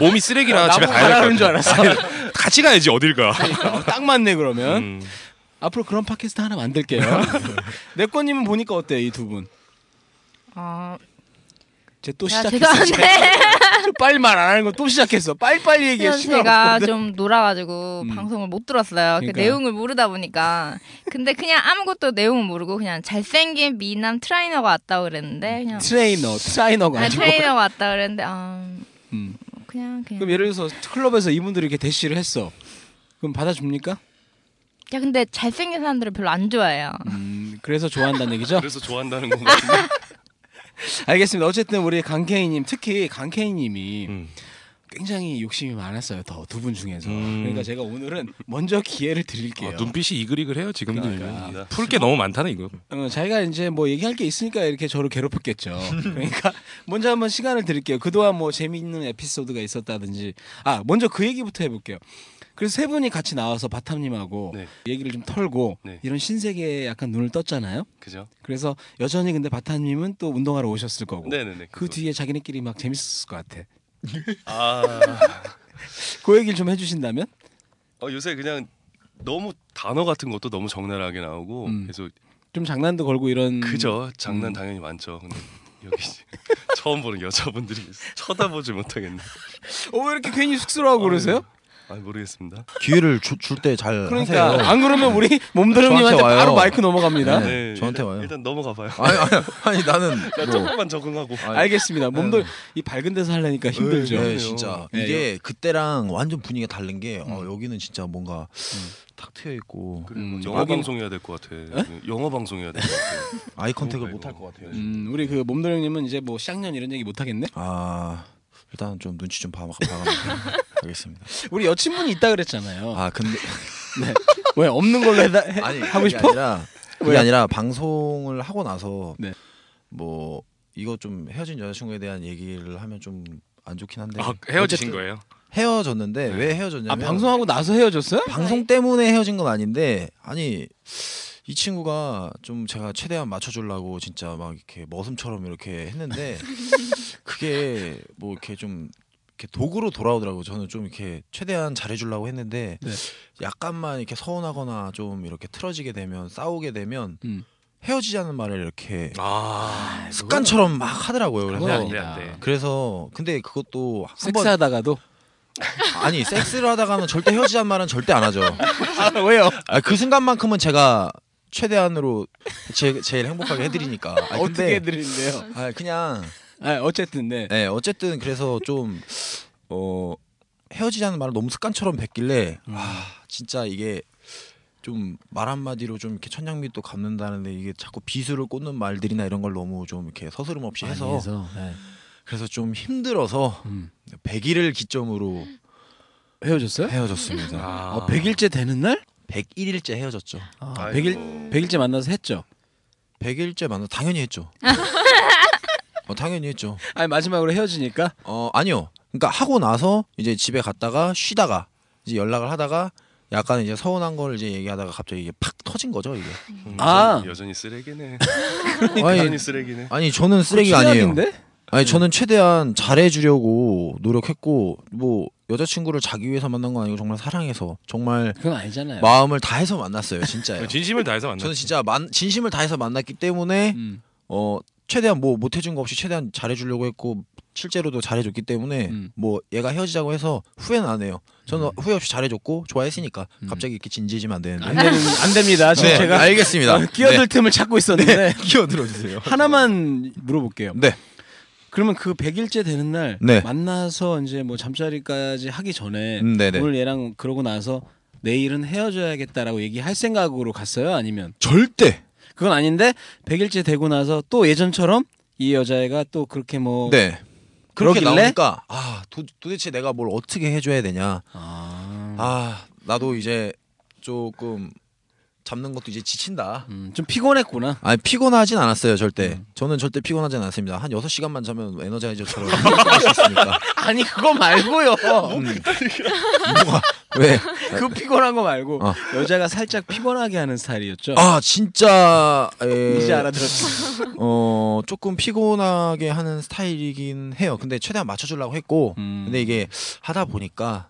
[SPEAKER 2] 몸이 쓰레기라 집에
[SPEAKER 1] 나보고
[SPEAKER 2] 가야
[SPEAKER 1] 가라는 줄
[SPEAKER 2] 될것
[SPEAKER 1] 알았어.
[SPEAKER 2] 같아. 같이 가야지 어딜 가. 아,
[SPEAKER 1] 어, 딱 맞네 그러면.
[SPEAKER 2] 음.
[SPEAKER 1] 앞으로 그런 팟캐스트 하나 만들게요. 네꼬님은 보니까 어때요 이 두 분?
[SPEAKER 3] 아,
[SPEAKER 1] 제 또
[SPEAKER 3] 야,
[SPEAKER 1] 시작했어.
[SPEAKER 3] 죄송한데
[SPEAKER 1] 좀 빨리 말 안 하는 거 또 시작했어. 빨리 빨리 얘기해.
[SPEAKER 3] 네. 그냥
[SPEAKER 1] 시간
[SPEAKER 3] 제가
[SPEAKER 1] 없거든.
[SPEAKER 3] 좀 놀아가지고
[SPEAKER 1] 음.
[SPEAKER 3] 방송을 못 들었어요. 그
[SPEAKER 1] 그러니까.
[SPEAKER 3] 내용을 모르다 보니까. 근데 그냥 아무것도 내용을 모르고 그냥 잘생긴 미남 트라이너가 왔다고 그랬는데 그냥
[SPEAKER 1] 트레이너, 음. 트라이너가
[SPEAKER 3] 아니,
[SPEAKER 1] 아니고.
[SPEAKER 3] 트레이너가 왔다고 그랬는데 아,
[SPEAKER 1] 음.
[SPEAKER 3] 그냥
[SPEAKER 1] 그럼
[SPEAKER 3] 그냥.
[SPEAKER 1] 예를 들어서 클럽에서 이분들이 이렇게 대시를 했어. 그럼 받아줍니까?
[SPEAKER 3] 야 근데 잘생긴 사람들을 별로 안 좋아해요.
[SPEAKER 1] 음, 그래서 좋아한다는 얘기죠?
[SPEAKER 9] 그래서 좋아한다는 건 같은데.
[SPEAKER 1] 알겠습니다. 어쨌든 우리 강케이님 특히 강케이님이
[SPEAKER 2] 음.
[SPEAKER 1] 굉장히 욕심이 많았어요. 더 두 분 중에서.
[SPEAKER 2] 음.
[SPEAKER 1] 그러니까 제가 오늘은 먼저 기회를 드릴게요.
[SPEAKER 2] 아, 눈빛이 이글이글해요 지금도. 아,
[SPEAKER 1] 그러니까.
[SPEAKER 2] 풀 게 너무 많다는 이거.
[SPEAKER 1] 어, 자기가 이제 뭐 얘기할 게 있으니까 이렇게 저를 괴롭혔겠죠. 그러니까 먼저 한번 시간을 드릴게요. 그동안 뭐 재미있는 에피소드가 있었다든지. 아, 먼저 그 얘기부터 해볼게요. 그래서 세 분이 같이 나와서 바탐님하고
[SPEAKER 9] 네.
[SPEAKER 1] 얘기를 좀 털고
[SPEAKER 9] 네.
[SPEAKER 1] 이런 신세계에 약간 눈을 떴잖아요.
[SPEAKER 9] 그죠?
[SPEAKER 1] 그래서 여전히 근데 바탐님은 또 운동하러 오셨을 거고.
[SPEAKER 9] 네네네.
[SPEAKER 1] 그
[SPEAKER 9] 그거.
[SPEAKER 1] 뒤에 자기네끼리 막 재밌었을 것 같아.
[SPEAKER 9] 아
[SPEAKER 1] 그 얘기를 좀 해주신다면?
[SPEAKER 9] 어, 요새 그냥 너무 단어 같은 것도 너무 적나라하게 나오고
[SPEAKER 1] 음.
[SPEAKER 9] 계속
[SPEAKER 1] 좀 장난도 걸고 이런.
[SPEAKER 9] 그죠 장난
[SPEAKER 1] 음.
[SPEAKER 9] 당연히 많죠. 근데 여기 처음 보는 여자분들이 쳐다보지 못하겠네.
[SPEAKER 1] 어, 왜 이렇게 괜히 쑥스러워하고
[SPEAKER 8] 어,
[SPEAKER 1] 그러세요?
[SPEAKER 9] 아 모르겠습니다.
[SPEAKER 8] 기회를 줄 때 잘
[SPEAKER 1] 그러니까
[SPEAKER 8] 네. 하세요.
[SPEAKER 1] 안 그러면 우리 몸드름님한테
[SPEAKER 8] 저한테 와요.
[SPEAKER 1] 바로 마이크 넘어갑니다.
[SPEAKER 8] 네, 저한테
[SPEAKER 9] 일단,
[SPEAKER 8] 와요.
[SPEAKER 9] 일단 넘어가 봐요.
[SPEAKER 8] 아니, 아니 아니 나는 뭐
[SPEAKER 9] 그러니까 조금만 적응하고.
[SPEAKER 8] 아니,
[SPEAKER 1] 알겠습니다. 몸도 이 밝은 데서 하려니까 힘들죠.
[SPEAKER 8] 네, 진짜
[SPEAKER 1] 네,
[SPEAKER 8] 이게 그때랑 완전 분위기가 다른 게 어, 여기는 진짜 뭔가 탁 트여 있고
[SPEAKER 9] 그래,
[SPEAKER 1] 음,
[SPEAKER 9] 뭐 영어
[SPEAKER 1] 여긴-
[SPEAKER 9] 방송해야 될 것 같아. 영어 방송해야 될 것 같아.
[SPEAKER 8] 아이 컨택을
[SPEAKER 9] 그러니까 아이고.
[SPEAKER 8] 못 할 것 같아요.
[SPEAKER 1] 음, 우리 그 몸도령님은 이제 뭐 쌍년 이런 얘기 못 하겠네.
[SPEAKER 8] 아 일단 좀 눈치 좀 봐- 봐가면서 하겠습니다.
[SPEAKER 1] 우리 여친분이 있다 그랬잖아요.
[SPEAKER 8] 아 근데
[SPEAKER 1] 왜 없는 걸로 해다, 해,
[SPEAKER 8] 아니
[SPEAKER 1] 하고
[SPEAKER 8] 그게
[SPEAKER 1] 싶어?
[SPEAKER 8] 아니라, 그게
[SPEAKER 1] 왜요?
[SPEAKER 8] 아니라 방송을 하고 나서
[SPEAKER 1] 네.
[SPEAKER 8] 뭐 이거 좀 헤어진 여자친구에 대한 얘기를 하면 좀 안 좋긴
[SPEAKER 1] 네.
[SPEAKER 8] 한데
[SPEAKER 2] 아, 헤어지신
[SPEAKER 8] 어쨌든
[SPEAKER 2] 거예요?
[SPEAKER 8] 헤어졌는데 왜 헤어졌냐면
[SPEAKER 1] 아 방송하고 나서 헤어졌어요?
[SPEAKER 8] 방송 때문에 헤어진 건 아닌데 아니 이 친구가 좀 제가 최대한 맞춰주려고 진짜 막 이렇게 머슴처럼 이렇게 했는데 그게 뭐 이렇게 좀 이렇게 도구로 돌아오더라고 요 저는 좀 이렇게 최대한 잘해주려고 했는데
[SPEAKER 1] 네.
[SPEAKER 8] 약간만 이렇게 서운하거나 좀 이렇게 틀어지게 되면 싸우게 되면
[SPEAKER 1] 음.
[SPEAKER 8] 헤어지자는 말을 이렇게
[SPEAKER 2] 아,
[SPEAKER 8] 습관처럼 막 하더라고요
[SPEAKER 1] 그건
[SPEAKER 8] 그래서
[SPEAKER 2] 아니다.
[SPEAKER 1] 아니다.
[SPEAKER 2] 안 돼.
[SPEAKER 8] 그래서 근데 그것도 한번
[SPEAKER 1] 섹스하다가도
[SPEAKER 8] 아니 섹스를 하다가는 절대 헤어지자는 말은 절대 안 하죠
[SPEAKER 1] 아, 왜요?
[SPEAKER 8] 아, 그 순간만큼은 제가 최대한으로 제, 제일 행복하게 해드리니까. 아,
[SPEAKER 1] 어떻게 해드리는데요?
[SPEAKER 8] 아, 그냥
[SPEAKER 1] 아, 어쨌든 네.
[SPEAKER 8] 네, 어쨌든 그래서 좀 어, 헤어지자는 말을 너무 습관처럼 뱉길래
[SPEAKER 1] 음.
[SPEAKER 8] 아 진짜 이게 좀 말 한마디로 좀 이렇게 천냥미도 갚는다는데 이게 자꾸 비수를 꽂는 말들이나 이런 걸 너무 좀 이렇게 서스름 없이 해서
[SPEAKER 1] 네.
[SPEAKER 8] 그래서 좀 힘들어서 네,
[SPEAKER 1] 음.
[SPEAKER 8] 100일을 기점으로
[SPEAKER 1] 네. 헤어졌어요?
[SPEAKER 8] 헤어졌습니다.
[SPEAKER 2] 아,
[SPEAKER 1] 어, 100일째 되는 날?
[SPEAKER 8] 101일째 헤어졌죠.
[SPEAKER 1] 아,
[SPEAKER 9] 아이고.
[SPEAKER 1] 100일 100일째 만나서 했죠.
[SPEAKER 8] 100일째 만나 당연히 했죠. 어, 당연히 했죠.
[SPEAKER 1] 아니 마지막으로 헤어지니까
[SPEAKER 8] 어 아니요. 그러니까 하고 나서 이제 집에 갔다가 쉬다가 이제 연락을 하다가 약간 이제 서운한 걸 이제 얘기하다가 갑자기 이게 팍 터진 거죠 이게.
[SPEAKER 9] 음,
[SPEAKER 1] 아.
[SPEAKER 9] 여전히- 여전히 쓰레기네. 그러니까
[SPEAKER 8] 아니,
[SPEAKER 9] 여전히 쓰레기네.
[SPEAKER 8] 아니 저는 쓰레기가 아니에요.
[SPEAKER 1] 취약인데? 네.
[SPEAKER 8] 아니 저는 최대한 잘해주려고 노력했고 뭐 여자친구를 자기 위해서 만난 건 아니고 정말 사랑해서 정말
[SPEAKER 1] 그건 아니잖아요.
[SPEAKER 8] 마음을 다해서 만났어요
[SPEAKER 1] 네. 그
[SPEAKER 8] 진짜요.
[SPEAKER 2] 진심을 다해서 만났어.
[SPEAKER 8] 저는 진짜 만, 진심을 다해서 만났기 때문에
[SPEAKER 1] 음,
[SPEAKER 8] 어 최대한 뭐 못 해준 거 없이 최대한 잘해주려고 했고 실제로도 잘해줬기 때문에
[SPEAKER 1] 음.
[SPEAKER 8] 뭐 얘가 헤어지자고 해서 후회는 안 해요. 저는 후회 없이 잘해줬고 좋아했으니까 갑자기 이렇게 진지해지면 안 되는데.
[SPEAKER 1] 안, 되는, 안 됩니다. 지금
[SPEAKER 8] 음. 네,
[SPEAKER 1] 제가
[SPEAKER 8] 알겠습니다.
[SPEAKER 1] 어, 끼어들
[SPEAKER 8] 네.
[SPEAKER 1] 틈을 찾고 있었는데
[SPEAKER 8] 끼어들어 주세요.
[SPEAKER 1] 하나만 물어볼게요.
[SPEAKER 8] 네.
[SPEAKER 1] 그러면 그 100일째 되는 날
[SPEAKER 8] 네.
[SPEAKER 1] 만나서 이제 뭐 잠자리까지 하기 전에
[SPEAKER 8] 음, 네네.
[SPEAKER 1] 오늘 얘랑 그러고 나서 내일은 헤어져야겠다라고 얘기할 생각으로 갔어요? 아니면
[SPEAKER 8] 절대.
[SPEAKER 1] 그건 아닌데 100일째 되고 나서 또 예전처럼 이 여자애가 또 그렇게 뭐
[SPEAKER 8] 네. 그렇게
[SPEAKER 1] 그러길래?
[SPEAKER 8] 나오니까 아 도, 도대체 내가 뭘 어떻게 해줘야 되냐.
[SPEAKER 1] 아,
[SPEAKER 8] 아 나도 이제 조금 잡는 것도 이제 지친다.
[SPEAKER 1] 음, 좀 피곤했구나.
[SPEAKER 8] 아니 피곤하진 않았어요 절대.
[SPEAKER 1] 음.
[SPEAKER 8] 저는 절대 피곤하진 않습니다. 한 6시간만 자면 에너자이저처럼 있으니까.
[SPEAKER 1] 아니 그거 말고요.
[SPEAKER 8] 음. 뭐가 왜?
[SPEAKER 1] 그 피곤한 거 말고
[SPEAKER 8] 어.
[SPEAKER 1] 여자가 살짝 피곤하게 하는 스타일이었죠.
[SPEAKER 8] 아 예. 진짜 에,
[SPEAKER 1] 이제 알아들었어.
[SPEAKER 8] 어 조금 피곤하게 하는 스타일이긴 해요. 근데 최대한 맞춰주려고 했고
[SPEAKER 1] 음.
[SPEAKER 8] 근데 이게 하다 보니까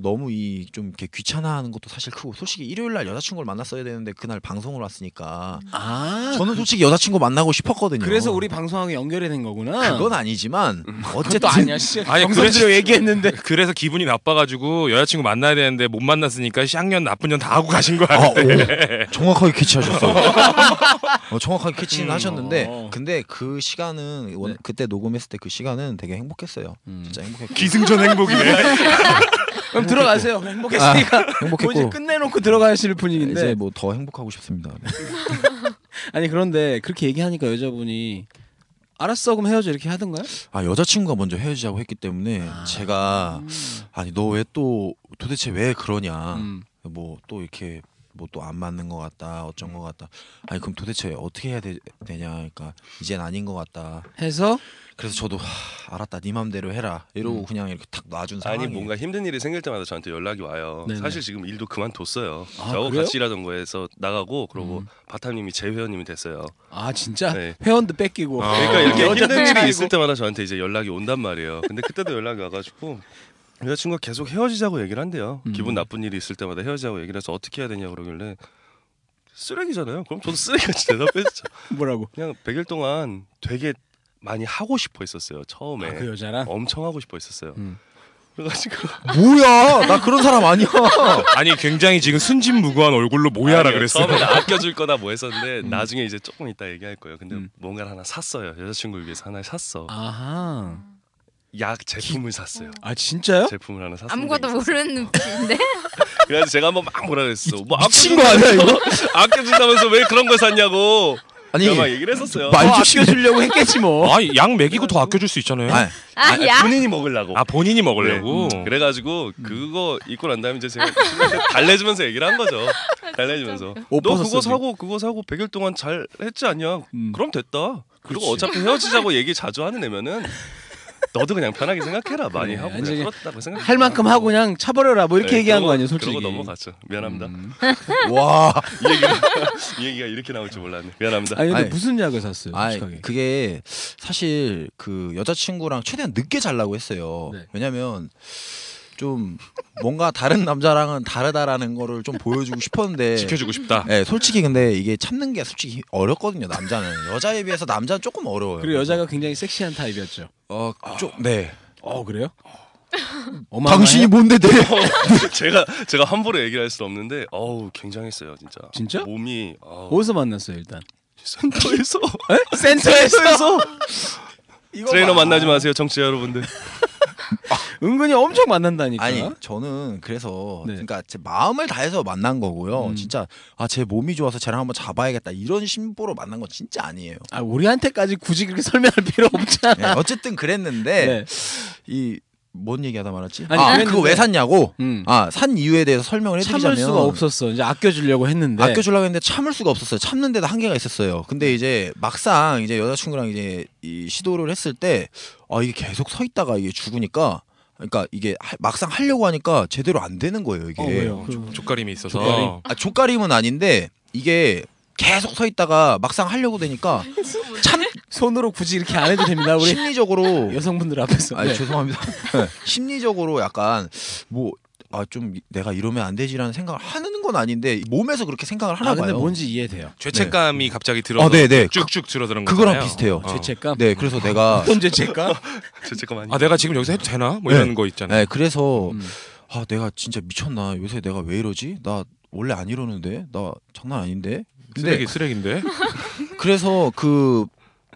[SPEAKER 8] 너무 이 좀 이렇게 귀찮아하는 것도 사실 크고 솔직히 일요일 날 여자친구를 만났어야 되는데 그날 방송을 왔으니까
[SPEAKER 1] 아
[SPEAKER 8] 저는 솔직히 여자친구 만나고 싶었거든요.
[SPEAKER 1] 그래서 우리 방송하고 연결이 된 거구나.
[SPEAKER 8] 그건 아니지만
[SPEAKER 1] 그것도
[SPEAKER 8] 어쨌든
[SPEAKER 1] 아니야. 씨.
[SPEAKER 2] 아니,
[SPEAKER 1] 정선지로 얘기했는데.
[SPEAKER 2] 그래서 기분이 나빠가지고 여자친구 만나야 되는데 못 만났으니까 쌍년 나쁜 년 다 하고 가신 거야.
[SPEAKER 8] 아, 오, 정확하게 캐치하셨어요. 어, 정확하게 캐치는 하셨는데,
[SPEAKER 1] 어.
[SPEAKER 8] 근데 그 시간은 원-
[SPEAKER 1] 네.
[SPEAKER 8] 그때 녹음했을 때 그 시간은 되게 행복했어요. 진짜 행복했고,
[SPEAKER 2] 기승전 행복이네.
[SPEAKER 1] 그럼 들어가세요. 행복했으니까. 뭐 이제
[SPEAKER 8] 행복했고
[SPEAKER 1] 끝내놓고 들어가실 분위기인데.
[SPEAKER 8] 이제 뭐 네. 더 행복하고 싶습니다.
[SPEAKER 1] 아니 그런데 그렇게 얘기하니까 여자분이 알았어 그럼 헤어져 이렇게 하던가요?
[SPEAKER 8] 아 여자친구가 먼저 헤어지자고 했기 때문에 제가 아니 너 왜 또 도대체 왜 그러냐
[SPEAKER 1] 음.
[SPEAKER 8] 뭐 또 이렇게 뭐 또 안 맞는 것 같다 어쩐 것 같다 아니 그럼 도대체 어떻게 해야 되, 냐 그러니까 이젠 아닌 것 같다
[SPEAKER 1] 해서
[SPEAKER 8] 그래서 저도 하, 알았다 네 맘대로 해라 이러고 그냥 이렇게 탁 놔준 상황이
[SPEAKER 9] 아니 뭔가 힘든 일이 생길 때마다 저한테 연락이 와요.
[SPEAKER 1] 예. 네네.
[SPEAKER 9] 사실 지금 일도 그만뒀어요.
[SPEAKER 1] 아,
[SPEAKER 9] 저하고
[SPEAKER 1] 그래요?
[SPEAKER 9] 같이 일하던 거에서 나가고 그러고
[SPEAKER 1] 음.
[SPEAKER 9] 바타님이 제 회원님이 됐어요.
[SPEAKER 1] 아 진짜
[SPEAKER 9] 네.
[SPEAKER 1] 회원도 뺏기고
[SPEAKER 2] 아.
[SPEAKER 9] 그러니까 이렇게
[SPEAKER 1] 여자
[SPEAKER 9] 힘든 일이
[SPEAKER 1] 빼고.
[SPEAKER 9] 있을 때마다 저한테 이제 연락이 온단 말이에요. 근데 그때도 연락이 와가지고 여자친구가 계속 헤어지자고 얘기를 한대요.
[SPEAKER 1] 음.
[SPEAKER 9] 기분 나쁜 일이 있을 때마다 헤어지자고 얘기를 해서 어떻게 해야 되냐 그러길래 쓰레기잖아요. 그럼 저도 쓰레기같이 대답했죠.
[SPEAKER 1] 뭐라고?
[SPEAKER 9] 그냥 100일 동안 되게 많이 하고 싶어 했었어요. 처음에
[SPEAKER 1] 아, 그 여자랑
[SPEAKER 9] 엄청 하고 네. 싶어 했었어요.
[SPEAKER 1] 음.
[SPEAKER 9] 그래가지고
[SPEAKER 8] 뭐야 나 그런 사람 아니야
[SPEAKER 1] 어.
[SPEAKER 2] 아니 굉장히 지금 순진무구한 얼굴로 모야라
[SPEAKER 9] 아니요,
[SPEAKER 2] 그랬어요.
[SPEAKER 9] 처음에는 아껴줄 거다 뭐 했었는데
[SPEAKER 1] 음.
[SPEAKER 9] 나중에 이제 조금 이따 얘기할 거예요. 근데
[SPEAKER 1] 음.
[SPEAKER 9] 뭔가를 하나 샀어요. 여자친구를 위해서 하나 샀어.
[SPEAKER 1] 아하
[SPEAKER 9] 약 제품을 샀어요.
[SPEAKER 1] 아 진짜요?
[SPEAKER 9] 제품을 하나 샀어요.
[SPEAKER 3] 아무것도 모르는 눈빛인데
[SPEAKER 9] 그래서 제가 한번 막 뭐라 그랬어. 뭐
[SPEAKER 1] 미친 거 아니야 이거?
[SPEAKER 9] 아껴준다면서 왜 그런 걸 샀냐고.
[SPEAKER 8] 아니
[SPEAKER 9] 제가 막 얘기를 했었어요.
[SPEAKER 1] 뭐 아껴주려고 했겠지 뭐.
[SPEAKER 2] 아니 양 먹이고 더 아껴줄 수 있잖아요.
[SPEAKER 8] 아니,
[SPEAKER 9] 아니,
[SPEAKER 3] 아야
[SPEAKER 9] 본인이 먹으려고.
[SPEAKER 2] 아 본인이 먹으려고.
[SPEAKER 9] 네. 그래가지고
[SPEAKER 1] 음.
[SPEAKER 9] 그거 입고 난 다음에 이제 제가 신랑한테 달래주면서 얘기를 한 거죠. 달래주면서 너
[SPEAKER 8] 옷
[SPEAKER 9] 그거
[SPEAKER 8] 벗었어, 지금.
[SPEAKER 9] 사고 그거 사고 100일 동안 잘 했지 않냐?
[SPEAKER 1] 음.
[SPEAKER 9] 그럼 됐다. 그리고
[SPEAKER 1] 그렇지.
[SPEAKER 9] 어차피 헤어지자고 얘기 자주 하는 애면은 너도 그냥 편하게 생각해라 많이
[SPEAKER 1] 그래,
[SPEAKER 9] 하고 그냥
[SPEAKER 1] 완전히
[SPEAKER 9] 그렇다고 생각.
[SPEAKER 1] 네, 할 만큼 하고 그냥 차버려라 뭐 이렇게 얘기한 거 아니에요 솔직히.
[SPEAKER 9] 네, 그러고 넘어갔죠. 미안합니다.
[SPEAKER 1] 음.
[SPEAKER 8] 와
[SPEAKER 9] 이 얘기가 이 얘기가 이렇게 나올 줄 몰랐네. 미안합니다.
[SPEAKER 1] 아니 근데
[SPEAKER 8] 아니.
[SPEAKER 1] 무슨 약을 샀어요?
[SPEAKER 8] 아
[SPEAKER 1] 솔직하게.
[SPEAKER 8] 그게 사실 그 여자친구랑 최대한 늦게 자려고 했어요.
[SPEAKER 1] 네.
[SPEAKER 8] 왜냐면 좀 뭔가 다른 남자랑은 다르다라는 거를 좀 보여주고 싶었는데
[SPEAKER 2] 지켜주고 싶다.
[SPEAKER 8] 예, 솔직히 근데 이게 참는 게 솔직히 어렵거든요. 남자는 여자에 비해서 남자는 조금 어려워요.
[SPEAKER 1] 그리고 여자가 굉장히 섹시한 타입이었죠.
[SPEAKER 9] 아.
[SPEAKER 8] 어좀네
[SPEAKER 1] 어 그래요? 어마어마해?
[SPEAKER 8] 당신이 뭔데 네. 내
[SPEAKER 9] 제가 제가 함부로 얘기를 할 수는 없는데 어우 굉장했어요 진짜.
[SPEAKER 1] 진짜?
[SPEAKER 9] 몸이 어우
[SPEAKER 1] 어디서 만났어요 일단?
[SPEAKER 9] 센터에서
[SPEAKER 1] 에? 센터에서
[SPEAKER 9] 트레이너 만나지 마세요 청취자 여러분들.
[SPEAKER 1] 은근히 엄청 만난다니까.
[SPEAKER 8] 아니 저는 그래서
[SPEAKER 1] 네.
[SPEAKER 8] 그러니까 제 마음을 다해서 만난 거고요.
[SPEAKER 1] 음.
[SPEAKER 8] 진짜 아 제 몸이 좋아서 쟤랑 한번 잡아야겠다 이런 심보로 만난 건 진짜 아니에요.
[SPEAKER 1] 아, 우리한테까지 굳이 그렇게 설명할 필요
[SPEAKER 8] 예,
[SPEAKER 1] 없잖아.
[SPEAKER 8] 어쨌든 그랬는데
[SPEAKER 1] 네.
[SPEAKER 8] 이 뭔 얘기하다 말았지?
[SPEAKER 1] 아니,
[SPEAKER 8] 아
[SPEAKER 1] 그랬는데-
[SPEAKER 8] 그거 왜 샀냐고?
[SPEAKER 1] 음.
[SPEAKER 8] 아 산 이유에 대해서 설명을
[SPEAKER 1] 참을
[SPEAKER 8] 해드리자면
[SPEAKER 1] 수가 없었어. 이제 아껴주려고 했는데.
[SPEAKER 8] 아껴주려고 했는데 참을 수가 없었어요. 참는데도 한계가 있었어요. 근데 이제 막상 이제 여자친구랑 이제 이 시도를 했을 때 아 이게 계속 서 있다가 이게 죽으니까 그러니까 이게 하- 막상 하려고 하니까 제대로 안 되는 거예요 이게.
[SPEAKER 1] 어, 왜요? 그-
[SPEAKER 2] 족가림이 있어서
[SPEAKER 1] 족가림.
[SPEAKER 8] 아 족가림은 아닌데 이게 계속 서 있다가 막상 하려고 되니까 참
[SPEAKER 1] 손으로 굳이 이렇게 안 해도 됩니다. 아, 우리
[SPEAKER 8] 심리적으로
[SPEAKER 1] 여성분들 앞에서.
[SPEAKER 8] 아
[SPEAKER 1] 네.
[SPEAKER 8] 죄송합니다. 심리적으로 약간 뭐 아 좀 내가 이러면 안 되지라는 생각을 하는 건 아닌데 몸에서 그렇게 생각을 하나
[SPEAKER 1] 아, 근데
[SPEAKER 8] 봐요.
[SPEAKER 1] 뭔지 이해돼요.
[SPEAKER 2] 죄책감이 갑자기 들어서
[SPEAKER 8] 어, 네, 네.
[SPEAKER 2] 쭉쭉 줄어드는 거잖아요.
[SPEAKER 8] 그거랑 비슷해요.
[SPEAKER 2] 어.
[SPEAKER 1] 죄책감?
[SPEAKER 8] 네, 그래서 내가
[SPEAKER 1] 어떤 죄책감?
[SPEAKER 9] 죄책감 아니.
[SPEAKER 1] 네.
[SPEAKER 2] 아 내가 지금 여기서 해도 되나? 뭐
[SPEAKER 8] 네.
[SPEAKER 2] 이런 거 있잖아요.
[SPEAKER 8] 네, 그래서
[SPEAKER 1] 음.
[SPEAKER 8] 아 내가 진짜 미쳤나 요새 내가 왜 이러지? 나 원래 안 이러는데 나 장난 아닌데. 근데
[SPEAKER 2] 쓰레기 쓰레기인데.
[SPEAKER 8] 그래서 그,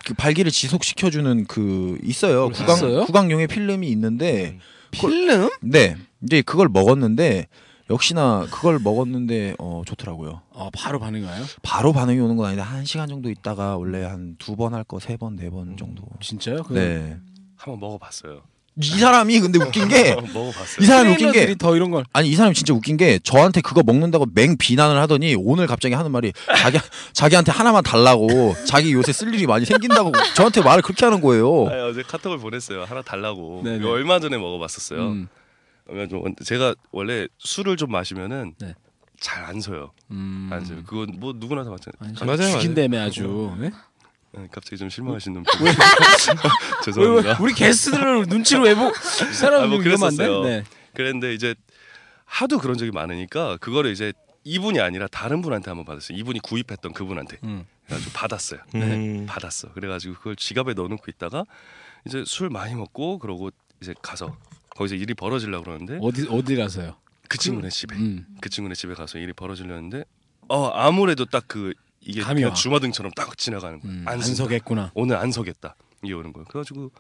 [SPEAKER 8] 그 발기를 지속시켜주는 그 있어요. 구강
[SPEAKER 1] 있어요?
[SPEAKER 8] 구강용의 필름이 있는데
[SPEAKER 1] 필름?
[SPEAKER 8] 네 이제 그걸 먹었는데 역시나 그걸 먹었는데 어 좋더라고요.
[SPEAKER 1] 어, 바로 반응 와요?
[SPEAKER 8] 바로 반응이 오는 건 아닌데 한 시간 정도 있다가 원래 한 두 번 할 거 세 번 네 번 정도.
[SPEAKER 1] 진짜요? 음. 그
[SPEAKER 8] 네.
[SPEAKER 9] 한번 먹어봤어요.
[SPEAKER 8] 이 사람이 근데 웃긴 게 이
[SPEAKER 9] 한번 먹어봤어요.
[SPEAKER 8] 사람이 웃긴 게
[SPEAKER 1] 트레이너들이 더 이런 걸
[SPEAKER 8] 아니 이 사람이 진짜 웃긴 게 저한테 그거 먹는다고 맹 비난을 하더니 오늘 갑자기 하는 말이 자기 자기한테 하나만 달라고 자기 요새 쓸 일이 많이 생긴다고 저한테 말을 그렇게 하는 거예요.
[SPEAKER 9] 아, 어제 카톡을 보냈어요. 하나 달라고.
[SPEAKER 1] 네네.
[SPEAKER 9] 이거 얼마 전에 먹어봤었어요.
[SPEAKER 1] 음,
[SPEAKER 9] 얼마 전- 원- 제가 원래 술을 좀 마시면은
[SPEAKER 1] 네.
[SPEAKER 9] 잘 안 서요.
[SPEAKER 1] 음.
[SPEAKER 9] 안 서요. 그건 뭐 누구나 다
[SPEAKER 1] 아니,
[SPEAKER 9] 마찬가지.
[SPEAKER 1] 저
[SPEAKER 2] 맞아요, 맞아요.
[SPEAKER 1] 죽인다며 아주 네?
[SPEAKER 9] 네, 갑자기 좀 실망하신 눈빛. 죄송합니다.
[SPEAKER 1] 왜- 왜- 우리 게스트를 눈치로 왜보 사람
[SPEAKER 9] 아, 뭐
[SPEAKER 1] 위험한데?
[SPEAKER 9] 그랬었어요.
[SPEAKER 1] 네.
[SPEAKER 9] 그랬는데 이제 하도 그런 적이 많으니까 그거를 이제 이분이 아니라 다른 분한테 한번 받았어요. 이분이 구입했던 그분한테.
[SPEAKER 1] 음.
[SPEAKER 9] 그래가지고 받았어요. 네,
[SPEAKER 2] 음.
[SPEAKER 9] 받았어. 그래가지고 그걸 지갑에 넣어놓고 있다가 이제 술 많이 먹고 그러고 이제 가서 거기서 일이 벌어지려고 그러는데
[SPEAKER 1] 어디 어디 가서요?
[SPEAKER 9] 그 친구네 집에
[SPEAKER 1] 음.
[SPEAKER 9] 그 친구네 집에 가서 일이 벌어지려는데 어 아무래도 딱 그 이게
[SPEAKER 1] 감이
[SPEAKER 9] 그냥
[SPEAKER 1] 와.
[SPEAKER 9] 주마등처럼 딱 지나가는 거야.
[SPEAKER 1] 음.
[SPEAKER 9] 안
[SPEAKER 1] 안
[SPEAKER 9] 쓴다.
[SPEAKER 1] 서겠구나.
[SPEAKER 9] 오늘 안 서겠다 이게 오는 거야. 그래가지고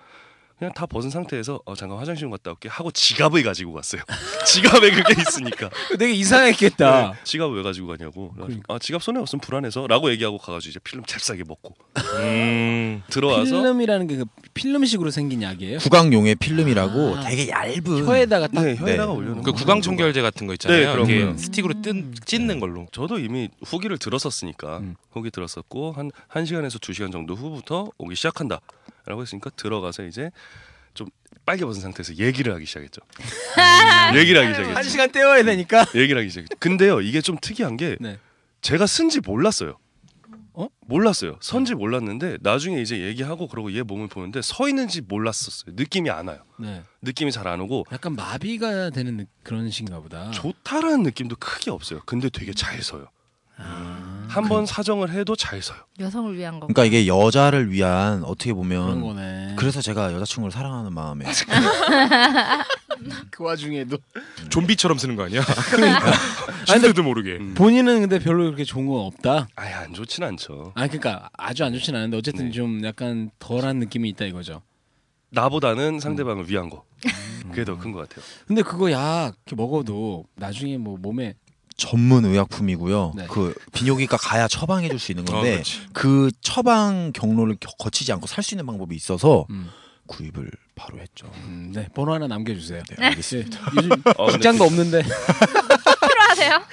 [SPEAKER 9] 그냥 다 벗은 상태에서 어, 잠깐 화장실 좀 갔다 올게 하고 지갑을 가지고 갔어요. 지갑에 그게 있으니까.
[SPEAKER 1] 되게 이상했겠다.
[SPEAKER 9] 네, 지갑 왜 가지고 가냐고. 그래가지고,
[SPEAKER 1] 그러니까.
[SPEAKER 9] 아 지갑 손에 없으면 불안해서라고 얘기하고 가가지고 이제 필름 잽싸게 먹고
[SPEAKER 2] 음.
[SPEAKER 9] 뭐 들어와서
[SPEAKER 1] 필름이라는 게 그 필름식으로 생긴 약이에요.
[SPEAKER 8] 구강용의 필름이라고
[SPEAKER 1] 아.
[SPEAKER 8] 되게 얇은
[SPEAKER 1] 혀에다가 딱
[SPEAKER 9] 네, 혀에다가
[SPEAKER 8] 네.
[SPEAKER 9] 올려놓은
[SPEAKER 2] 그
[SPEAKER 9] 거.
[SPEAKER 2] 구강 청결제 같은 거 있잖아요.
[SPEAKER 9] 네, 그런
[SPEAKER 2] 이렇게
[SPEAKER 9] 거요.
[SPEAKER 2] 스틱으로 뜬 찢는 걸로.
[SPEAKER 9] 저도 이미 후기를 들었었으니까
[SPEAKER 1] 음.
[SPEAKER 9] 후기 들었었고 한 1시간에서 2시간 정도 후부터 오기 시작한다 라고 했으니까 들어가서 이제 좀 빨개 벗은 상태에서 얘기를 하기 시작했죠 얘기를 하기
[SPEAKER 1] 한
[SPEAKER 9] 시작했죠
[SPEAKER 1] 시간 때워야 되니까.
[SPEAKER 9] 얘기를 하기 시작했죠 근데요 이게 좀 특이한 게
[SPEAKER 1] 네.
[SPEAKER 9] 제가 쓴지 몰랐어요 네.
[SPEAKER 1] 어?
[SPEAKER 9] 몰랐어요 선지 몰랐는데 나중에 이제 얘기하고 그러고 얘 몸을 보는데 서 있는지 몰랐었어요 느낌이 안 와요
[SPEAKER 1] 네.
[SPEAKER 9] 느낌이 잘 안 오고
[SPEAKER 1] 약간 마비가 되는 느- 그런 식인가 보다.
[SPEAKER 9] 좋다라는 느낌도 크게 없어요 근데 되게 잘 서요
[SPEAKER 1] 아,
[SPEAKER 9] 한 번 사정을 해도 잘 서요
[SPEAKER 3] 여성을 위한 거.
[SPEAKER 8] 그러니까 이게 여자를 위한 어떻게
[SPEAKER 1] 그런
[SPEAKER 8] 보면
[SPEAKER 1] 거네.
[SPEAKER 8] 그래서 제가 여자친구를 사랑하는 마음에
[SPEAKER 1] 그 와중에도
[SPEAKER 2] 좀비처럼 쓰는 거 아니야? 음. 신세도 모르게.
[SPEAKER 1] 본인은 근데 별로 그렇게 좋은 건 없다.
[SPEAKER 9] 아예 안 좋진 않죠.
[SPEAKER 1] 아 그러니까 아주 안 좋진 않은데 어쨌든
[SPEAKER 9] 네.
[SPEAKER 1] 좀 약간 덜한 느낌이 있다 이거죠.
[SPEAKER 9] 나보다는
[SPEAKER 1] 음.
[SPEAKER 9] 상대방을 위한 거. 그게 더 큰 것 같아요.
[SPEAKER 1] 근데 그거 약 이렇게 먹어도 나중에 뭐 몸에
[SPEAKER 8] 전문 의약품이고요.
[SPEAKER 1] 네. 그렇죠.
[SPEAKER 8] 그 비뇨기과 가야 처방해 줄 수 있는
[SPEAKER 2] 어,
[SPEAKER 8] 건데
[SPEAKER 2] 그렇지.
[SPEAKER 8] 그 처방 경로를 겨- 거치지 않고 살 수 있는 방법이 있어서
[SPEAKER 1] 음,
[SPEAKER 8] 구입을 바로 했죠.
[SPEAKER 1] 음, 네 번호 하나 남겨주세요.
[SPEAKER 8] 네, 알겠습니다.
[SPEAKER 1] 요즘
[SPEAKER 9] 어, 근데
[SPEAKER 1] 직장도 없는데 그러니까
[SPEAKER 3] 필요하세요?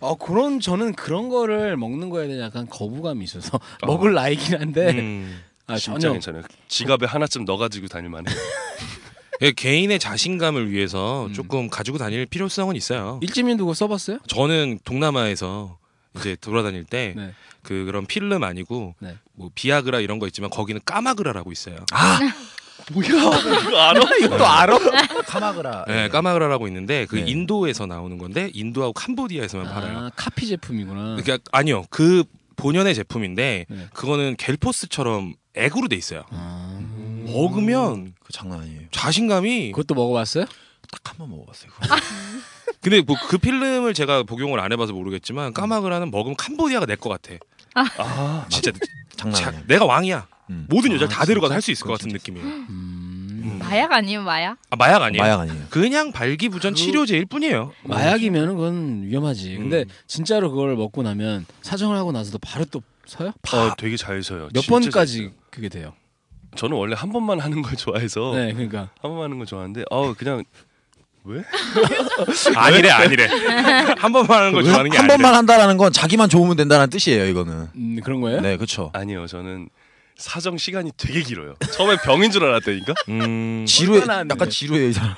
[SPEAKER 1] 어 그런 저는 그런 거를 먹는 거에 대한 약간 거부감이 있어서 먹을 나이긴 한데
[SPEAKER 2] 음.
[SPEAKER 1] 아,
[SPEAKER 9] 아. 진짜
[SPEAKER 1] 전혀
[SPEAKER 9] 괜찮아요. 지갑에 하나쯤 넣어가지고 다닐만해.
[SPEAKER 2] 예, 개인의 자신감을 위해서
[SPEAKER 1] 음.
[SPEAKER 2] 조금 가지고 다닐 필요성은 있어요.
[SPEAKER 1] 일지민 누구 써봤어요?
[SPEAKER 2] 저는 동남아에서 이제 돌아다닐 때
[SPEAKER 1] 네.
[SPEAKER 2] 그, 그런 필름 아니고
[SPEAKER 1] 네. 아,
[SPEAKER 2] 뭐 비아그라 이런 거 있지만 거기는 까마그라라고 있어요.
[SPEAKER 9] 이거 알아?
[SPEAKER 1] 이것도 알아?
[SPEAKER 8] 카마그라.
[SPEAKER 1] 네.
[SPEAKER 2] 예, 까마그라라고 있는데 그
[SPEAKER 8] 네.
[SPEAKER 2] 인도에서 나오는 건데 인도하고 캄보디아에서만 팔아요.
[SPEAKER 1] 아, 카피 제품이구나.
[SPEAKER 2] 그러니까 아니요. 그 본연의 제품인데
[SPEAKER 1] 네.
[SPEAKER 2] 그거는 겔포스처럼 액으로 돼 있어요. 음.
[SPEAKER 1] 아,
[SPEAKER 2] 먹으면
[SPEAKER 8] 그 장난 아니에요.
[SPEAKER 2] 자신감이
[SPEAKER 1] 그것도 먹어봤어요?
[SPEAKER 9] 음.
[SPEAKER 8] 딱 한 번 먹어봤어요.
[SPEAKER 2] 아, 근데 뭐 그 필름을 제가 복용을 안 해봐서
[SPEAKER 1] 음.
[SPEAKER 2] 모르겠지만 까마그라는 먹으면 캄보디아가 내 것 같아.
[SPEAKER 9] 아,
[SPEAKER 2] 진짜
[SPEAKER 8] 장난
[SPEAKER 2] 자-
[SPEAKER 8] 아니에요.
[SPEAKER 2] 내가 왕이야.
[SPEAKER 8] 음.
[SPEAKER 2] 모든 여자를
[SPEAKER 1] 아,
[SPEAKER 2] 다 데려가서
[SPEAKER 1] 진짜?
[SPEAKER 2] 할 수 있을 것 같은
[SPEAKER 1] 진짜?
[SPEAKER 2] 느낌이에요.
[SPEAKER 1] 음.
[SPEAKER 3] 마약 아니에요 마약?
[SPEAKER 2] 아, 마약 아니에요.
[SPEAKER 8] 마약 아니에요.
[SPEAKER 2] 그냥 발기부전 치료제일 뿐이에요.
[SPEAKER 1] 마약이면 은 그건 위험하지. 근데
[SPEAKER 2] 음.
[SPEAKER 1] 진짜로 그걸 먹고 나면 사정을 하고 나서도 바로 또 서요?
[SPEAKER 9] 어, 되게 잘 서요.
[SPEAKER 1] 몇
[SPEAKER 9] 진짜 잘
[SPEAKER 1] 번까지
[SPEAKER 9] 서요.
[SPEAKER 1] 그게 돼요?
[SPEAKER 9] 저는 원래 한 번만 하는 걸 좋아해서
[SPEAKER 1] 네, 그러니까
[SPEAKER 9] 한 번만 하는 걸 좋아하는데 어 그냥 왜?
[SPEAKER 2] 아니래 아니래. 한 번만 하는 걸 좋아하는 게
[SPEAKER 8] 한
[SPEAKER 2] 아니래.
[SPEAKER 8] 번만 한다라는 건 자기만 좋으면 된다는 뜻이에요. 이거는.
[SPEAKER 1] 음, 그런 거예요?
[SPEAKER 8] 네, 그렇죠.
[SPEAKER 9] 아니요, 저는 사정 시간이 되게 길어요. 처음에 병인 줄 알았다니까.
[SPEAKER 2] 음,
[SPEAKER 8] 지루해.
[SPEAKER 1] 얼마나 안
[SPEAKER 8] 약간
[SPEAKER 1] 돼?
[SPEAKER 8] 지루해요 이 사람.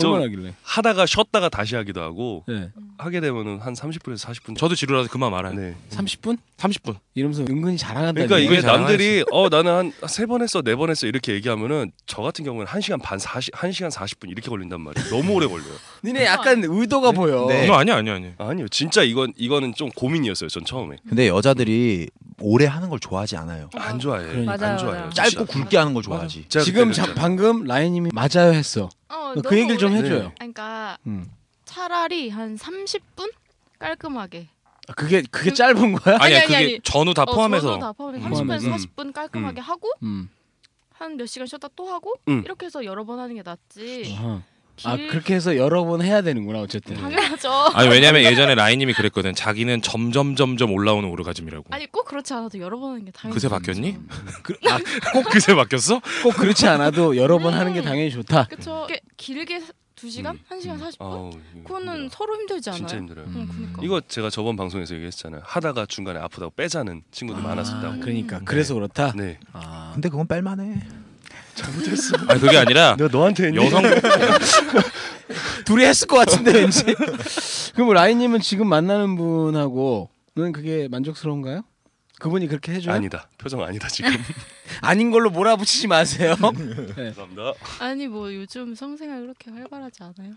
[SPEAKER 9] 좀-
[SPEAKER 1] 얼마나 길래?
[SPEAKER 9] 하다가 쉬었다가 다시 하기도 하고
[SPEAKER 1] 네,
[SPEAKER 9] 하게 되면은 한 30분에서 40분.
[SPEAKER 2] 저도 지루라서 그만 말아요.
[SPEAKER 9] 네.
[SPEAKER 1] 30분?
[SPEAKER 2] 30분.
[SPEAKER 1] 이러면서 은근히 자랑한다.
[SPEAKER 9] 그러니까 이게
[SPEAKER 2] 이걸 잘
[SPEAKER 9] 남들이 어 나는 한 세 번 했어 네 번 했어 이렇게 얘기하면은 저 같은 경우는 한 시간 반 사십 한 시간 사십 분 이렇게 걸린단 말이에요. 너무 오래 걸려요.
[SPEAKER 1] 니네 약간 의도가 보여.
[SPEAKER 8] 네.
[SPEAKER 2] 이거 어, 아니야 아니야 아니야.
[SPEAKER 9] 아니요, 진짜 이건 이거는 좀 고민이었어요. 전 처음에
[SPEAKER 8] 근데 여자들이 오래 하는 걸 좋아하지 않아요.
[SPEAKER 4] 어,
[SPEAKER 9] 안 좋아해,
[SPEAKER 1] 그러니까.
[SPEAKER 9] 안
[SPEAKER 3] 맞아요,
[SPEAKER 9] 좋아해요.
[SPEAKER 3] 맞아요.
[SPEAKER 8] 짧고 굵게 하는 걸 좋아하지.
[SPEAKER 9] 제가
[SPEAKER 1] 지금
[SPEAKER 9] 그때는
[SPEAKER 1] 자,
[SPEAKER 9] 진짜
[SPEAKER 1] 방금 라인님이 맞아요 했어.
[SPEAKER 4] 어,
[SPEAKER 1] 그
[SPEAKER 4] 너무
[SPEAKER 1] 얘기를 좀
[SPEAKER 4] 오래-
[SPEAKER 1] 해줘요.
[SPEAKER 9] 네.
[SPEAKER 4] 아니, 그러니까
[SPEAKER 1] 음.
[SPEAKER 4] 차라리 한 30분 깔끔하게.
[SPEAKER 1] 아, 그게 그게 짧은 거야?
[SPEAKER 2] 아니야
[SPEAKER 4] 아니,
[SPEAKER 2] 그게
[SPEAKER 4] 아니.
[SPEAKER 2] 전후 다
[SPEAKER 4] 어,
[SPEAKER 2] 포함해서
[SPEAKER 4] 저도 다 포함해서
[SPEAKER 1] 음.
[SPEAKER 4] 30분에서
[SPEAKER 1] 포함해서.
[SPEAKER 4] 40분 깔끔하게 하고
[SPEAKER 1] 음.
[SPEAKER 4] 한 몇 시간 쉬었다 또 하고
[SPEAKER 9] 음.
[SPEAKER 4] 이렇게 해서 여러 번 하는 게 낫지.
[SPEAKER 1] 아하. 아
[SPEAKER 4] 길-
[SPEAKER 1] 그렇게 해서 여러 번 해야 되는구나 어쨌든.
[SPEAKER 4] 당연하죠.
[SPEAKER 2] 아니 왜냐면 예전에 라인님이 그랬거든. 자기는 점점 점점 올라오는 오르가즘이라고.
[SPEAKER 4] 아니 꼭 그렇지 않아도 여러 번 하는 게 당연히.
[SPEAKER 2] 그새 바뀌었니?
[SPEAKER 1] 그, 아,
[SPEAKER 2] 꼭 그새 바뀌었어?
[SPEAKER 1] 꼭 그렇지 않아도 여러 번 하는 게 당연히 좋다. 아,
[SPEAKER 4] 그쵸. 이렇게 길게 2시간?
[SPEAKER 9] 음.
[SPEAKER 4] 한 1시간 40분?
[SPEAKER 9] 아우, 이거
[SPEAKER 4] 그거는
[SPEAKER 9] 힘들어요.
[SPEAKER 4] 서로 힘들지 않아요?
[SPEAKER 9] 진짜 힘들어요.
[SPEAKER 4] 응, 그니까.
[SPEAKER 9] 이거 제가 저번 방송에서 얘기했잖아요. 하다가 중간에 아프다고 빼자는 친구들
[SPEAKER 1] 아,
[SPEAKER 9] 많았었다고.
[SPEAKER 1] 그러니까 그래서 그렇다.
[SPEAKER 9] 네,
[SPEAKER 1] 아.
[SPEAKER 8] 근데 그건 뺄만해.
[SPEAKER 9] 잘못했어.
[SPEAKER 2] 아니 그게 아니라
[SPEAKER 9] 내가 너한테 했니?
[SPEAKER 2] 여성
[SPEAKER 1] 둘이 했을 것 같은데 왠지. 그럼 라인님은 지금 만나는 분하고는 그게 만족스러운가요? 그분이 그렇게 해줘요?
[SPEAKER 9] 아니다. 표정 아니다 지금.
[SPEAKER 1] 아닌 걸로 몰아붙이지 마세요.
[SPEAKER 9] 감사합니다.
[SPEAKER 4] 아니 뭐 요즘 성생활 그렇게 활발하지 않아요?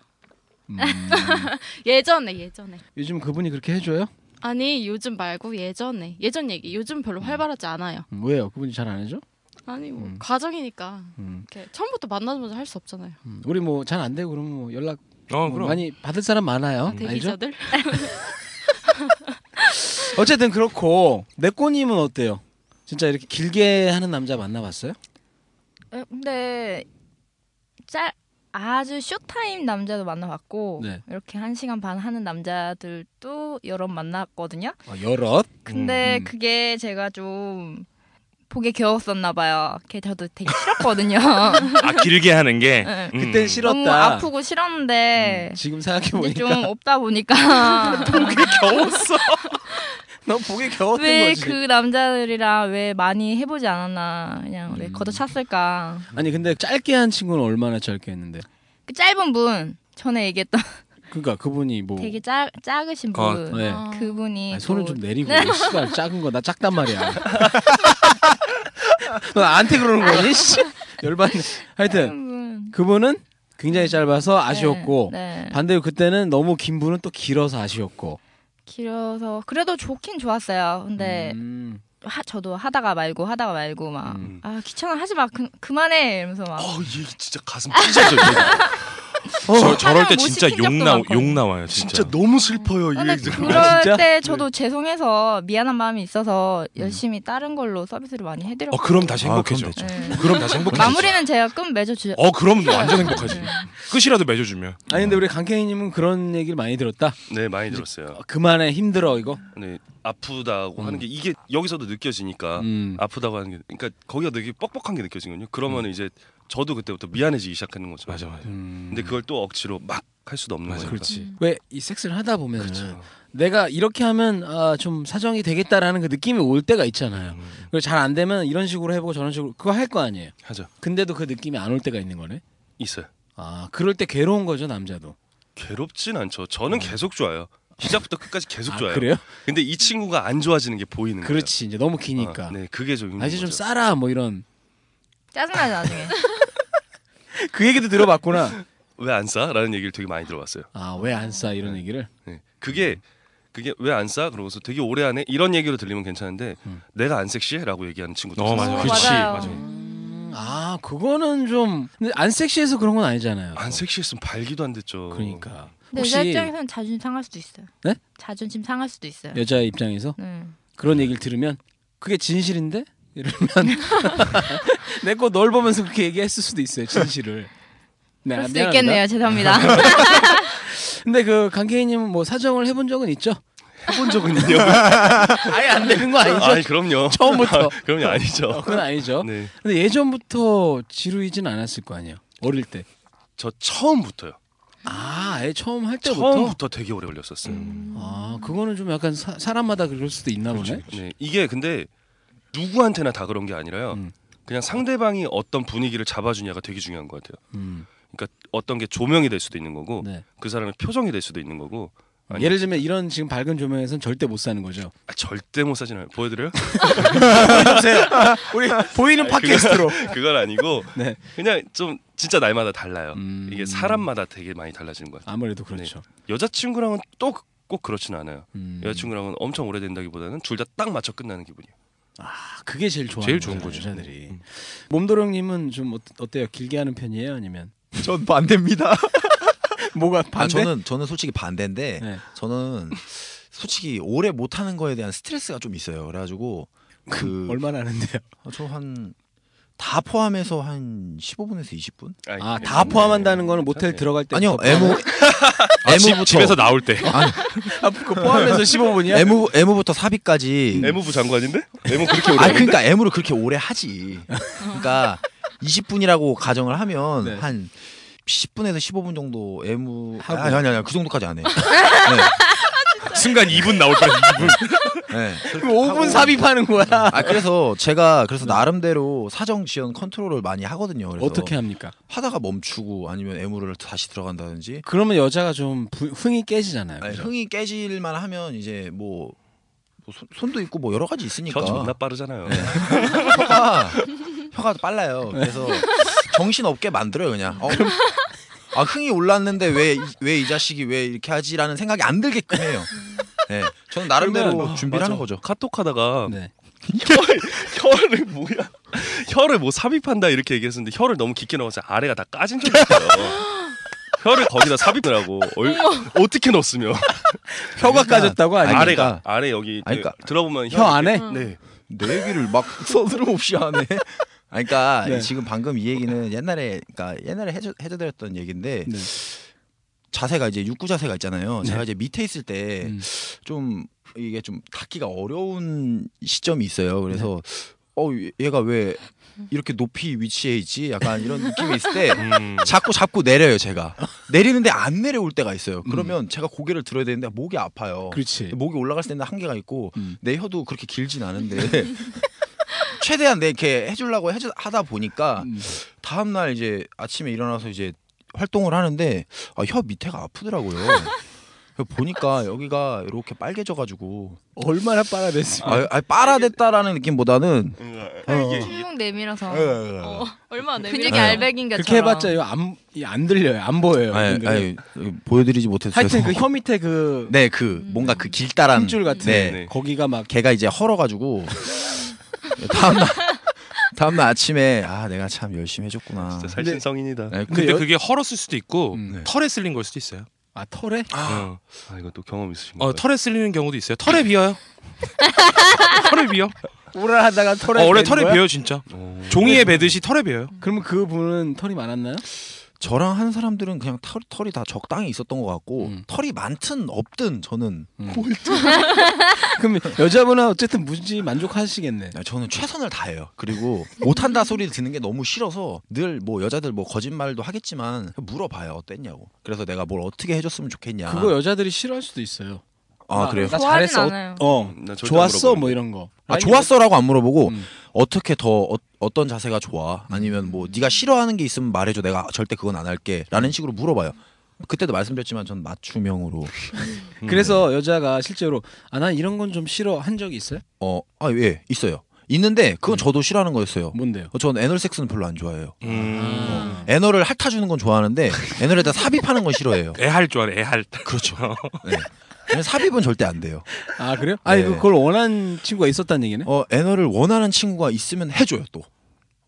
[SPEAKER 1] 음,
[SPEAKER 4] 예전에 예전에.
[SPEAKER 1] 요즘 그분이 그렇게 해줘요?
[SPEAKER 4] 아니 요즘 말고 예전에. 예전 얘기. 요즘 별로 활발하지 않아요.
[SPEAKER 1] 음, 왜요? 그분이 잘 안 해줘?
[SPEAKER 4] 아니 뭐
[SPEAKER 1] 음.
[SPEAKER 4] 과정이니까.
[SPEAKER 1] 음,
[SPEAKER 4] 이렇게 처음부터 만나자마자 할 수 없잖아요.
[SPEAKER 1] 음. 우리 뭐 잘 안 되고 그러면 뭐 연락
[SPEAKER 2] 어
[SPEAKER 1] 뭐
[SPEAKER 2] 그럼
[SPEAKER 1] 많이 받을 사람 많아요. 음, 알죠?
[SPEAKER 4] 대기자들.
[SPEAKER 1] 어쨌든 그렇고 네꼬님은 어때요? 진짜 이렇게 길게 하는 남자 만나봤어요?
[SPEAKER 3] 에, 근데 짤 아주 쇼타임 남자도 만나봤고
[SPEAKER 1] 네.
[SPEAKER 3] 이렇게 한 시간 반 하는 남자들도 여러 만났거든요.
[SPEAKER 1] 아, 여럿.
[SPEAKER 3] 근데
[SPEAKER 1] 음.
[SPEAKER 3] 그게 제가 좀 보기 겨웠었나 봐요. 걔 저도 되게 싫었거든요.
[SPEAKER 2] 아 길게 하는 게
[SPEAKER 3] 네.
[SPEAKER 2] 음.
[SPEAKER 1] 그땐 싫었다.
[SPEAKER 3] 너무 아프고 싫었는데
[SPEAKER 1] 음, 지금 생각해
[SPEAKER 3] 이제
[SPEAKER 1] 보니까
[SPEAKER 3] 좀 없다 보니까
[SPEAKER 1] 겨웠어. 넌 보기 겨웠던
[SPEAKER 3] 왜
[SPEAKER 1] 거지.
[SPEAKER 3] 그 남자들이랑 왜 많이 해보지 않았나 그냥 왜
[SPEAKER 1] 음.
[SPEAKER 3] 걷어찼을까
[SPEAKER 1] 아니 근데 짧게 한 친구는 얼마나 짧게 했는데?
[SPEAKER 3] 그 짧은 분 전에 얘기했던
[SPEAKER 1] 그러니까 그분이 뭐
[SPEAKER 3] 되게 짜, 작으신 분
[SPEAKER 2] 어,
[SPEAKER 1] 네.
[SPEAKER 4] 아.
[SPEAKER 3] 그분이
[SPEAKER 1] 아니, 손을
[SPEAKER 3] 또-
[SPEAKER 1] 좀 내리고 시간 작은 거 나 작단 말이야. 너 나한테 그러는 거니? 씨. 열받네. 하여튼
[SPEAKER 3] 작은 분.
[SPEAKER 1] 그분은 굉장히 짧아서 아쉬웠고
[SPEAKER 3] 음. 네, 네.
[SPEAKER 1] 반대로 그때는 너무 긴 분은 또 길어서 아쉬웠고.
[SPEAKER 3] 길어서 그래도 좋긴 좋았어요 근데
[SPEAKER 1] 음.
[SPEAKER 3] 하, 저도 하다가 말고 하다가 말고 막 아
[SPEAKER 1] 음.
[SPEAKER 3] 귀찮아 하지 마 그, 그만해 이러면서 막
[SPEAKER 9] 어, 얘 진짜 가슴 찢어져. 얘.
[SPEAKER 2] 저, 저럴 때
[SPEAKER 3] 화장을 못
[SPEAKER 2] 진짜
[SPEAKER 3] 시킨 적도
[SPEAKER 2] 욕나
[SPEAKER 3] 많거든요.
[SPEAKER 2] 욕 나와요 진짜.
[SPEAKER 9] 진짜 너무 슬퍼요. 이
[SPEAKER 3] 근데
[SPEAKER 9] 얘기들.
[SPEAKER 3] 그럴
[SPEAKER 1] 아, 진짜?
[SPEAKER 3] 때 저도 죄송해서 미안한 마음이 있어서 열심히 다른 걸로 서비스를 많이 해드렸고
[SPEAKER 2] 어 그럼 다시
[SPEAKER 8] 아, 그럼
[SPEAKER 2] 행복해져.
[SPEAKER 8] 되죠.
[SPEAKER 3] 네.
[SPEAKER 2] 그럼 다시 행복해.
[SPEAKER 3] 마무리는 제가 끝 맺어주죠.
[SPEAKER 2] 어 그럼 완전 행복하지. 끝이라도 맺어주면.
[SPEAKER 1] 아니 근데 우리 강케이님은 그런 얘기를 많이 들었다.
[SPEAKER 9] 네, 많이 들었어요.
[SPEAKER 1] 어, 그만해 힘들어 이거.
[SPEAKER 9] 네, 아프다고
[SPEAKER 1] 음.
[SPEAKER 9] 하는 게 이게 여기서도 느껴지니까
[SPEAKER 1] 음.
[SPEAKER 9] 아프다고 하는 게 그러니까 거기가 되게 뻑뻑한 게 느껴지거든요. 그러면 이제 저도 그때부터 미안해지기 시작하는 거죠.
[SPEAKER 2] 맞아 맞아.
[SPEAKER 1] 음.
[SPEAKER 9] 근데 그걸 또 억지로 막 할 수도 없는
[SPEAKER 2] 맞아,
[SPEAKER 9] 거예요.
[SPEAKER 1] 그렇지.
[SPEAKER 4] 음.
[SPEAKER 1] 왜 이 섹스를 하다 보면
[SPEAKER 9] 그렇죠.
[SPEAKER 1] 내가 이렇게 하면 아, 좀 사정이 되겠다라는 그 느낌이 올 때가 있잖아요.
[SPEAKER 2] 음.
[SPEAKER 1] 그리고 잘 안 되면 이런 식으로 해보고 저런 식으로 그거 할 거 아니에요.
[SPEAKER 9] 하죠.
[SPEAKER 1] 근데도 그 느낌이 안 올 때가 있는 거네.
[SPEAKER 9] 있어요.
[SPEAKER 1] 아 그럴 때 괴로운 거죠 남자도.
[SPEAKER 9] 괴롭진 않죠. 저는 계속 좋아요. 시작부터 끝까지 계속
[SPEAKER 1] 음. 아
[SPEAKER 9] 좋아요.
[SPEAKER 1] 그래요?
[SPEAKER 9] 근데 이 친구가 안 좋아지는 게 보이는 거예요.
[SPEAKER 1] 그렇지 이제 너무 기니까.
[SPEAKER 9] 아, 네, 그게 좀 힘든
[SPEAKER 1] 아 이제 좀
[SPEAKER 9] 거죠.
[SPEAKER 1] 싸라 뭐 이런 어.
[SPEAKER 3] 짜증나죠 나중에.
[SPEAKER 1] 그 얘기도 들어봤구나.
[SPEAKER 9] 왜안 싸라는 얘기를 되게 많이 들어봤어요.
[SPEAKER 1] 아 왜 안 싸 이런 얘기를.
[SPEAKER 9] 네.
[SPEAKER 1] 음.
[SPEAKER 9] 그게 그게 왜 안 싸? 그러고서 되게 오래 안 해? 이런 얘기로 들리면 괜찮은데
[SPEAKER 1] 음.
[SPEAKER 9] 내가 안 섹시해?라고 얘기하는 친구도
[SPEAKER 2] 어,
[SPEAKER 9] 있어요.
[SPEAKER 2] 맞아. 뭐
[SPEAKER 3] 어,
[SPEAKER 2] 그렇지.
[SPEAKER 3] 맞아요.
[SPEAKER 2] 맞아.
[SPEAKER 1] 아 그거는 좀 근데 안 섹시해서 그런 건 아니잖아요.
[SPEAKER 9] 안 섹시했으면 발기도 안 됐죠.
[SPEAKER 1] 어. 그러니까
[SPEAKER 3] 근데
[SPEAKER 1] 혹시
[SPEAKER 3] 여자 입장에서는 자존심 상할 수도 있어요.
[SPEAKER 1] 네? 아,
[SPEAKER 3] 자존심 상할 수도 있어요.
[SPEAKER 1] 여자 입장에서
[SPEAKER 3] 네.
[SPEAKER 1] 그런 얘기를 들으면 그게 진실인데 이러면 내 거 널 보면서 그렇게 얘기했을 수도 있어요 진실을. 네,
[SPEAKER 3] 그럴 수도
[SPEAKER 1] 미안합니다. 어.
[SPEAKER 3] 있겠네요. 죄송합니다.
[SPEAKER 1] 근데 그 강케이님은 뭐 사정을 해본 적은 있죠?
[SPEAKER 9] 해본 적은 있냐고?
[SPEAKER 1] 아예 안 되는 거 아니죠?
[SPEAKER 9] 아니 그럼요.
[SPEAKER 1] 처음부터.
[SPEAKER 9] 그럼요
[SPEAKER 1] 어,
[SPEAKER 9] 아니죠.
[SPEAKER 1] 그건 아니죠.
[SPEAKER 9] 네,
[SPEAKER 1] 근데 예전부터 지루이진 않았을 거 아니에요. 어릴 때.
[SPEAKER 9] 저 처음부터요.
[SPEAKER 1] 아, 아예 처음 할 때부터.
[SPEAKER 9] 처음부터 되게 오래 걸렸었어요.
[SPEAKER 1] 아, 그거는 좀 약간 사, 사람마다 그렇죠, 그럴 수도 있나 보네.
[SPEAKER 9] 네, 이게 근데 누구한테나 다 그런 게 아니라요.
[SPEAKER 1] 음.
[SPEAKER 9] 그냥 상대방이 어떤 분위기를 잡아주냐가 되게 중요한 것 같아요.
[SPEAKER 1] 음.
[SPEAKER 9] 그러니까 어떤 게 조명이 될 수도 있는 거고
[SPEAKER 1] 네.
[SPEAKER 9] 그 사람의 표정이 될 수도 있는 거고 아니.
[SPEAKER 1] 예를 들면 이런 지금 밝은 조명에선 절대 못 사는 거죠.
[SPEAKER 9] 아, 절대 못 사지나요? 보여드려요?
[SPEAKER 1] 우리 보이는 팟캐스트로.
[SPEAKER 9] 그건 아니고
[SPEAKER 1] 네.
[SPEAKER 9] 그냥 좀 진짜 날마다 달라요.
[SPEAKER 1] 음.
[SPEAKER 9] 이게 사람마다 되게 많이 달라지는 것 같아요.
[SPEAKER 1] 아무래도 그렇죠.
[SPEAKER 9] 여자친구랑은 또 꼭 그렇진 않아요.
[SPEAKER 1] 음.
[SPEAKER 9] 여자친구랑은 엄청 오래된다기보다는 둘 다 딱 맞춰 끝나는 기분이에요.
[SPEAKER 1] 아, 그게 제일 좋아.
[SPEAKER 2] 제일 좋은 거죠.
[SPEAKER 1] 여자들이.
[SPEAKER 8] 음.
[SPEAKER 1] 몸도령님은 좀 어, 어때요? 길게 하는 편이에요, 아니면
[SPEAKER 8] 전 반대입니다.
[SPEAKER 1] 뭐가
[SPEAKER 8] 아,
[SPEAKER 1] 반대?
[SPEAKER 8] 저는 저는 솔직히 반대인데
[SPEAKER 1] 네.
[SPEAKER 8] 저는 솔직히 오래 못 하는 거에 대한 스트레스가 좀 있어요. 그래가지고 그
[SPEAKER 1] 음, 얼마나 하는데요?
[SPEAKER 8] 저 한 다 포함해서 한 15분에서 20분?
[SPEAKER 1] 아, 다 포함한다는 거는 모텔
[SPEAKER 9] 네.
[SPEAKER 1] 들어갈 때
[SPEAKER 8] 아니요, 에모
[SPEAKER 2] 아, 집,
[SPEAKER 8] 에모부터
[SPEAKER 2] 집에서 나올 때.
[SPEAKER 8] 아니,
[SPEAKER 1] 아, 그거 포함해서 15분이야?
[SPEAKER 8] 에모 에모부터 삽입까지.
[SPEAKER 9] 애무부 장관인데? 애무 그렇게 음. 오래
[SPEAKER 8] 아 그러니까 에모를 그렇게 오래 하지. 그러니까 20분이라고 가정을 하면
[SPEAKER 1] 네.
[SPEAKER 8] 한 10분에서 15분 정도 에모
[SPEAKER 1] 하고.
[SPEAKER 8] 아니 아니 아니 그 정도까지 안 해. 네,
[SPEAKER 2] 순간 2분 나올 때 2분.
[SPEAKER 8] 네.
[SPEAKER 1] 그럼 5분 삽입하는 거야.
[SPEAKER 8] 아 그래서 제가 그래서 나름대로 사정 지연 컨트롤을 많이 하거든요. 그래서
[SPEAKER 1] 어떻게 합니까?
[SPEAKER 8] 하다가 멈추고 아니면 애무를 다시 들어간다든지
[SPEAKER 1] 그러면 여자가 좀 부- 흥이 깨지잖아요.
[SPEAKER 8] 아니,
[SPEAKER 1] 그죠?
[SPEAKER 8] 흥이 깨질만 하면 이제 뭐, 뭐 손, 손도 있고 뭐 여러 가지
[SPEAKER 1] 그러니까.
[SPEAKER 8] 있으니까
[SPEAKER 9] 혀 존나 빠르잖아요.
[SPEAKER 1] 네.
[SPEAKER 8] 혀가 혀가 빨라요.
[SPEAKER 9] 네.
[SPEAKER 8] 그래서 정신 없게 만들어요 그냥. 어, 아 흥이 올랐는데 왜 왜 이 자식이 왜 이렇게 하지라는 생각이 안 들게끔 해요. 네, 저는 나름대로
[SPEAKER 9] 음. 그러면은-
[SPEAKER 8] 준비를
[SPEAKER 9] 맞아.
[SPEAKER 8] 하는 거죠.
[SPEAKER 9] 카톡하다가
[SPEAKER 1] 네.
[SPEAKER 9] 혀를, 혀를 뭐야? 혀를 뭐 삽입한다 이렇게 얘기했었는데 혀를 너무 깊게 넣어서 아래가 다 까진 적이 있어요. 혀를 거기다 삽입하라고 어떻게 넣었으면
[SPEAKER 1] 혀가 까졌다고 아니 그러니까.
[SPEAKER 8] 아니,
[SPEAKER 1] 까
[SPEAKER 8] 아래-
[SPEAKER 9] 아래가 아래 여기
[SPEAKER 8] 아니, 그러니까-
[SPEAKER 9] 들어보면
[SPEAKER 1] 혀 안에?
[SPEAKER 9] 네
[SPEAKER 8] 내 얘기를 막 서슴없이 하네. 아니, 그러니까
[SPEAKER 1] 네.
[SPEAKER 8] 지금 방금 이 얘기는 옛날에 그러니까 옛날에 해저 해저드렸던 얘기인데
[SPEAKER 1] 네.
[SPEAKER 8] 자세가 이제 육구 자세가 있잖아요. 제가 이제 밑에 있을 때
[SPEAKER 1] 음.
[SPEAKER 8] 좀 이게 좀 닿기가 어려운 시점이 있어요. 그래서
[SPEAKER 1] 네.
[SPEAKER 8] 어 얘가 왜 이렇게 높이 위치해 있지? 약간 이런 느낌이 있을 때
[SPEAKER 2] 음.
[SPEAKER 8] 자꾸 잡고 내려요 제가 내리는데 안 내려올 때가 있어요 그러면 제가 고개를 들어야 되는데 목이 아파요
[SPEAKER 1] 음. 그렇지.
[SPEAKER 8] 예. 목이 올라갈 때는 한계가 있고
[SPEAKER 1] 음.
[SPEAKER 8] 내 혀도 그렇게 길진 않은데 최대한 내 이렇게 해주려고 해주, 하다 보니까
[SPEAKER 1] 음.
[SPEAKER 8] 다음날 이제 아침에 일어나서 이제 활동을 하는데 아, 혀 밑에가 아프더라고요 보니까 여기가 이렇게 빨개져가지고
[SPEAKER 1] 얼마나 빨아냈습니까?
[SPEAKER 8] 아, 아 빨아댔다라는 느낌보다는
[SPEAKER 1] 어.
[SPEAKER 3] 어. 충동 내밀어서
[SPEAKER 1] 아,
[SPEAKER 8] 어.
[SPEAKER 4] 얼마 안 그러니까
[SPEAKER 3] 근육이
[SPEAKER 8] 네.
[SPEAKER 3] 알배긴가
[SPEAKER 1] 그렇게 해봤자 이거 안, 이안 들려요. 안 보여요.
[SPEAKER 8] 아니,
[SPEAKER 1] 근데.
[SPEAKER 8] 아니, 보여드리지 못해서
[SPEAKER 1] 하여튼 그
[SPEAKER 8] 죄송합니다.
[SPEAKER 1] 혀 밑에 그
[SPEAKER 8] 네, 그 뭔가 그 길다란
[SPEAKER 1] 힘줄 같은
[SPEAKER 8] 네.
[SPEAKER 9] 네.
[SPEAKER 1] 거기가 막
[SPEAKER 8] 걔가 이제 헐어가지고 다음 날 다음 날 아침에 아 내가 참 열심히 해줬구나.
[SPEAKER 1] 어.
[SPEAKER 9] 진짜 살찐 성인이다.
[SPEAKER 8] 네,
[SPEAKER 2] 근데
[SPEAKER 1] 여-
[SPEAKER 2] 그게 헐었을 수도 있고
[SPEAKER 1] 음.
[SPEAKER 8] 네.
[SPEAKER 2] 털에 쓸린 걸 수도 있어요.
[SPEAKER 1] 아, 털에
[SPEAKER 2] 어.
[SPEAKER 9] 아 이거 또 경험 있으신
[SPEAKER 2] 어,
[SPEAKER 9] 거예요?
[SPEAKER 2] 털에 쓸리는 경우도 있어요. 털에 비어요. 털에 비어.
[SPEAKER 1] 오랄하다가 털에
[SPEAKER 2] 어, 원래
[SPEAKER 1] 밴 거야?
[SPEAKER 2] 털에 비어요 진짜. 종이에 베듯이 털에 비어요.
[SPEAKER 1] 그러면 그 분은 털이 많았나요?
[SPEAKER 8] 저랑 한 사람들은 그냥 털, 털이 다 적당히 있었던 것 같고
[SPEAKER 1] 음.
[SPEAKER 8] 털이 많든 없든 저는
[SPEAKER 1] 그럼 여자분은 어쨌든 무지 만족하시겠네.
[SPEAKER 8] 저는 최선을 다해요. 그리고 못한다 소리 듣는 게 너무 싫어서 늘 뭐 여자들 뭐 거짓말도 하겠지만 물어봐요 어땠냐고. 그래서 내가 뭘 어떻게 해줬으면 좋겠냐.
[SPEAKER 1] 그거 여자들이 싫어할 수도 있어요.
[SPEAKER 8] 아
[SPEAKER 1] 나-
[SPEAKER 8] 그래요?
[SPEAKER 1] 나
[SPEAKER 3] 좋아하진
[SPEAKER 1] 잘했어. 어-
[SPEAKER 3] 않아요.
[SPEAKER 1] 어,
[SPEAKER 9] 음, 나 절대
[SPEAKER 1] 좋았어
[SPEAKER 9] 물어보는데.
[SPEAKER 1] 뭐 이런 거.
[SPEAKER 8] 아 좋았어라고 안 물어보고
[SPEAKER 1] 음.
[SPEAKER 8] 어떻게 더 어, 떤 자세가 좋아 아니면 뭐 네가 싫어하는 게 있으면 말해줘 내가 절대 그건 안 할게라는 식으로 물어봐요 그때도 말씀드렸지만 전 맞춤형으로
[SPEAKER 1] 그래서 여자가 실제로 아 난 이런 건 좀 싫어 한 적이 있어요?
[SPEAKER 8] 어 아 예 있어요 있는데 그건 저도 싫어하는 거였어요
[SPEAKER 1] 뭔데요? 어.
[SPEAKER 8] 어, 전 애널 섹스는 별로 안 좋아해요
[SPEAKER 2] 음.
[SPEAKER 8] 애널을 핥아주는 건 좋아하는데 애널에다 삽입하는 건 싫어해요
[SPEAKER 2] 애할 줄 알아. 애할. 그렇죠.
[SPEAKER 8] 네. 왜냐면 삽입은 절대 안 돼요
[SPEAKER 1] 아 그래요? 아니
[SPEAKER 8] 네.
[SPEAKER 1] 그걸 원한 친구가 있었다는 얘기네.
[SPEAKER 8] 어 애널을 원하는 친구가 있으면 해줘요 또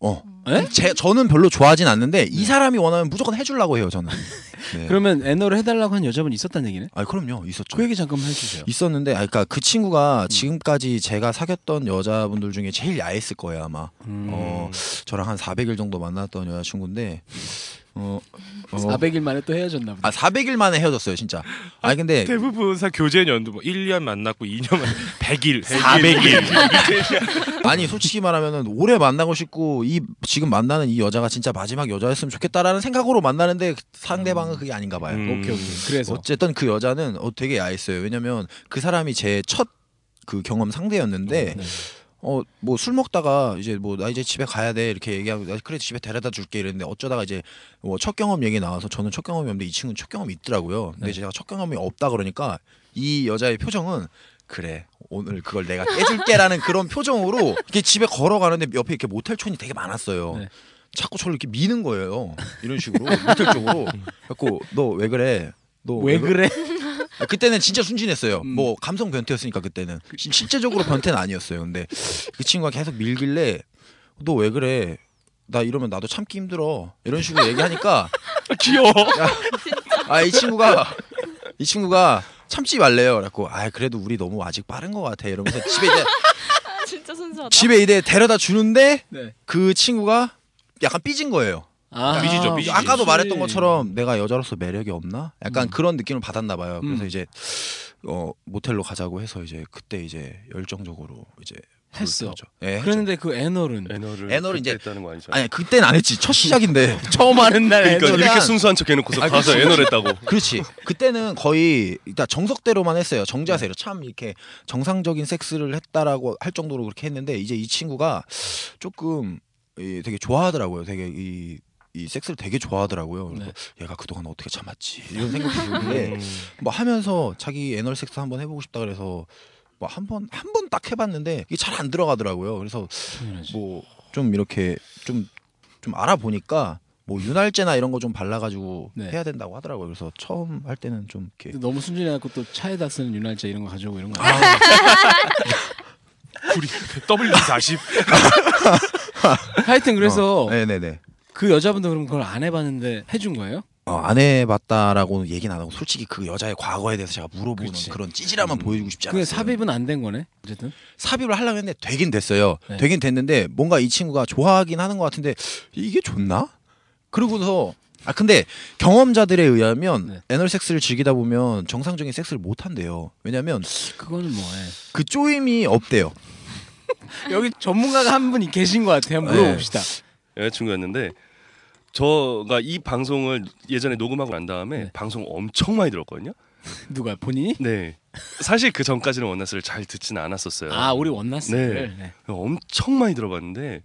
[SPEAKER 8] 어.
[SPEAKER 1] 에?
[SPEAKER 8] 제, 저는 별로 좋아하진 않는데 이 사람이 원하면 무조건 해주려고 해요 저는 네.
[SPEAKER 1] 그러면 애너를 해달라고 한 여자분 이 있었다는 얘기네.
[SPEAKER 8] 아 그럼요 있었죠
[SPEAKER 1] 그 얘기 잠깐만 해주세요.
[SPEAKER 8] 있었는데 아 그러니까 그 친구가 지금까지 제가 사귀었던 여자분들 중에 제일 야했을 거예요 아마 어 저랑 한 400일 정도 만났던 여자친구인데 어, 어
[SPEAKER 1] 400일 만에 또 헤어졌나 보다.
[SPEAKER 8] 아 400일 만에 헤어졌어요 진짜 아니
[SPEAKER 2] 네.
[SPEAKER 8] 근데
[SPEAKER 2] 대부분 사 교제 연도 뭐 1년 만났고 2년 만 100일,
[SPEAKER 8] 400일 아니 솔직히 말하면은 오래 만나고 싶고 이 지금 만나는 이 여자가 진짜 마지막 여자였으면 좋겠다라는 생각으로 만나는데 상대방은 그게 아닌가 봐요
[SPEAKER 2] 음.
[SPEAKER 1] 오케이 오케이. 그래서
[SPEAKER 8] 어쨌든 그 여자는 어, 되게 야했어요. 왜냐면 그 사람이 제 첫 그 경험 상대였는데
[SPEAKER 1] 네.
[SPEAKER 8] 어 뭐 술 먹다가 이제 뭐 나 이제 집에 가야 돼 이렇게 얘기하고 나 그래 집에 데려다 줄게 이랬는데 어쩌다가 이제 뭐 첫 경험 얘기 나와서 저는 첫 경험이 없는데 이 친구는 첫 경험이 있더라고요.
[SPEAKER 1] 네.
[SPEAKER 8] 근데 제가 첫 경험이 없다 그러니까 이 여자의 표정은 그래 오늘 그걸 내가 깨줄게라는 그런 표정으로 이렇게 집에 걸어가는데 옆에 이렇게 모텔촌이 되게 많았어요.
[SPEAKER 1] 네.
[SPEAKER 8] 자꾸 저를 이렇게 미는 거예요. 이런 식으로 모텔 쪽으로. 그래갖고 너 왜 그래? 너
[SPEAKER 1] 왜 그래? 음.
[SPEAKER 8] 아, 그때는 진짜 순진했어요. 뭐 감성 변태였으니까 그때는 시- 실제적으로 변태는 아니었어요. 근데 그 친구가 계속 밀길래 너 왜 그래? 나 이러면 나도 참기 힘들어. 이런 식으로 얘기하니까
[SPEAKER 2] 귀여워.
[SPEAKER 8] 아 이 친구가 이 친구가 참지 말래요. 그래갖고 아 그래도 우리 너무 아직 빠른 것 같아. 이러면서 집에 이제
[SPEAKER 4] 진짜 순수하다.
[SPEAKER 8] 집에 이제 데려다 주는데
[SPEAKER 1] 네.
[SPEAKER 8] 그 친구가 약간 삐진 거예요.
[SPEAKER 1] 아,
[SPEAKER 2] 삐지죠, 삐지지.
[SPEAKER 8] 아까도 말했던 것처럼 내가 여자로서 매력이 없나? 약간 그런 느낌을 받았나 봐요. 그래서
[SPEAKER 1] 음.
[SPEAKER 8] 이제 어 모텔로 가자고 해서 이제 그때 이제 열정적으로 이제 불을
[SPEAKER 1] 했어.
[SPEAKER 8] 폈죠. 예. 했죠.
[SPEAKER 1] 그랬는데 그
[SPEAKER 9] 네.
[SPEAKER 1] 애너는
[SPEAKER 9] 애너를
[SPEAKER 8] 애너를 이제-
[SPEAKER 9] 했다는 거 아니죠?
[SPEAKER 8] 아니 그때는 안 했지. 첫 시작인데.
[SPEAKER 1] 처음 하는 날
[SPEAKER 9] 그러니까
[SPEAKER 8] 애너를
[SPEAKER 9] 이렇게
[SPEAKER 8] 한-
[SPEAKER 9] 순수한 척 해놓고서
[SPEAKER 8] 아니,
[SPEAKER 9] 가서
[SPEAKER 8] 그-
[SPEAKER 9] 애너를 했다고.
[SPEAKER 8] 그렇지. 그때는 거의 일단 정석대로만 했어요. 정자세로 참 이렇게 정상적인 섹스를 했다라고 할 정도로 그렇게 했는데 이제 이 친구가 조금 이 되게 좋아하더라고요. 되게 이, 이 섹스를 되게 좋아하더라고요. 그래서 얘가 그동안 어떻게 참았지 이런 생각이
[SPEAKER 9] 음.
[SPEAKER 8] 드는데 뭐 하면서 자기 애널 섹스 한번 해보고 싶다 그래서 뭐 한 번 한 번 딱 해봤는데 이게 잘 안 들어가더라고요. 그래서 뭐 좀 이렇게 좀 좀 알아보니까 뭐 윤활제나 이런 거 좀 발라가지고
[SPEAKER 1] 네.
[SPEAKER 8] 해야 된다고 하더라고요. 그래서 처음 할 때는 좀 이렇게
[SPEAKER 1] 너무 순진해갖고 또 차에다 쓰는 윤활제 이런 거 가져오고 이런 거.
[SPEAKER 8] 아,
[SPEAKER 1] 예. 아,
[SPEAKER 2] 우리 W 40.
[SPEAKER 1] 하여튼 그래서
[SPEAKER 8] 어, 네네네
[SPEAKER 1] 그 여자분도 그럼 그걸 안 해봤는데 해준 거예요?
[SPEAKER 8] 어, 안 해봤다라고 얘기는 안 하고 솔직히 그 여자의 과거에 대해서 제가 물어보는
[SPEAKER 1] 그치. 음.
[SPEAKER 8] 그런 찌질함만 보여주고 싶지
[SPEAKER 1] 그게
[SPEAKER 8] 않았어요.
[SPEAKER 1] 삽입은 안 된 거네. 어쨌든.
[SPEAKER 8] 삽입을 하려고 했는데 되긴 됐어요.
[SPEAKER 1] 네.
[SPEAKER 8] 되긴 됐는데 뭔가 이 친구가 좋아하긴 하는 것 같은데 이게 좋나? 그러고서 아 근데 경험자들에 의하면
[SPEAKER 1] 네.
[SPEAKER 8] 애널 섹스를 즐기다 보면 정상적인 섹스를 못 한대요. 왜냐면
[SPEAKER 1] 그거는 뭐. 예.
[SPEAKER 8] 그 쪼임이 없대요.
[SPEAKER 1] 여기 전문가가 한 분이 계신 것 같아요. 한번
[SPEAKER 8] 네.
[SPEAKER 1] 물어봅시다.
[SPEAKER 9] 여자친구였는데 저가 이 방송을 예전에 녹음하고 난 다음에
[SPEAKER 1] 네.
[SPEAKER 9] 방송 엄청 많이 들었거든요.
[SPEAKER 1] 누가 본인이?
[SPEAKER 9] 네. 사실 그 전까지는 원나스를 잘 듣지는 않았었어요.
[SPEAKER 1] 아, 우리 원나스를. 네.
[SPEAKER 9] 엄청 많이 들어봤는데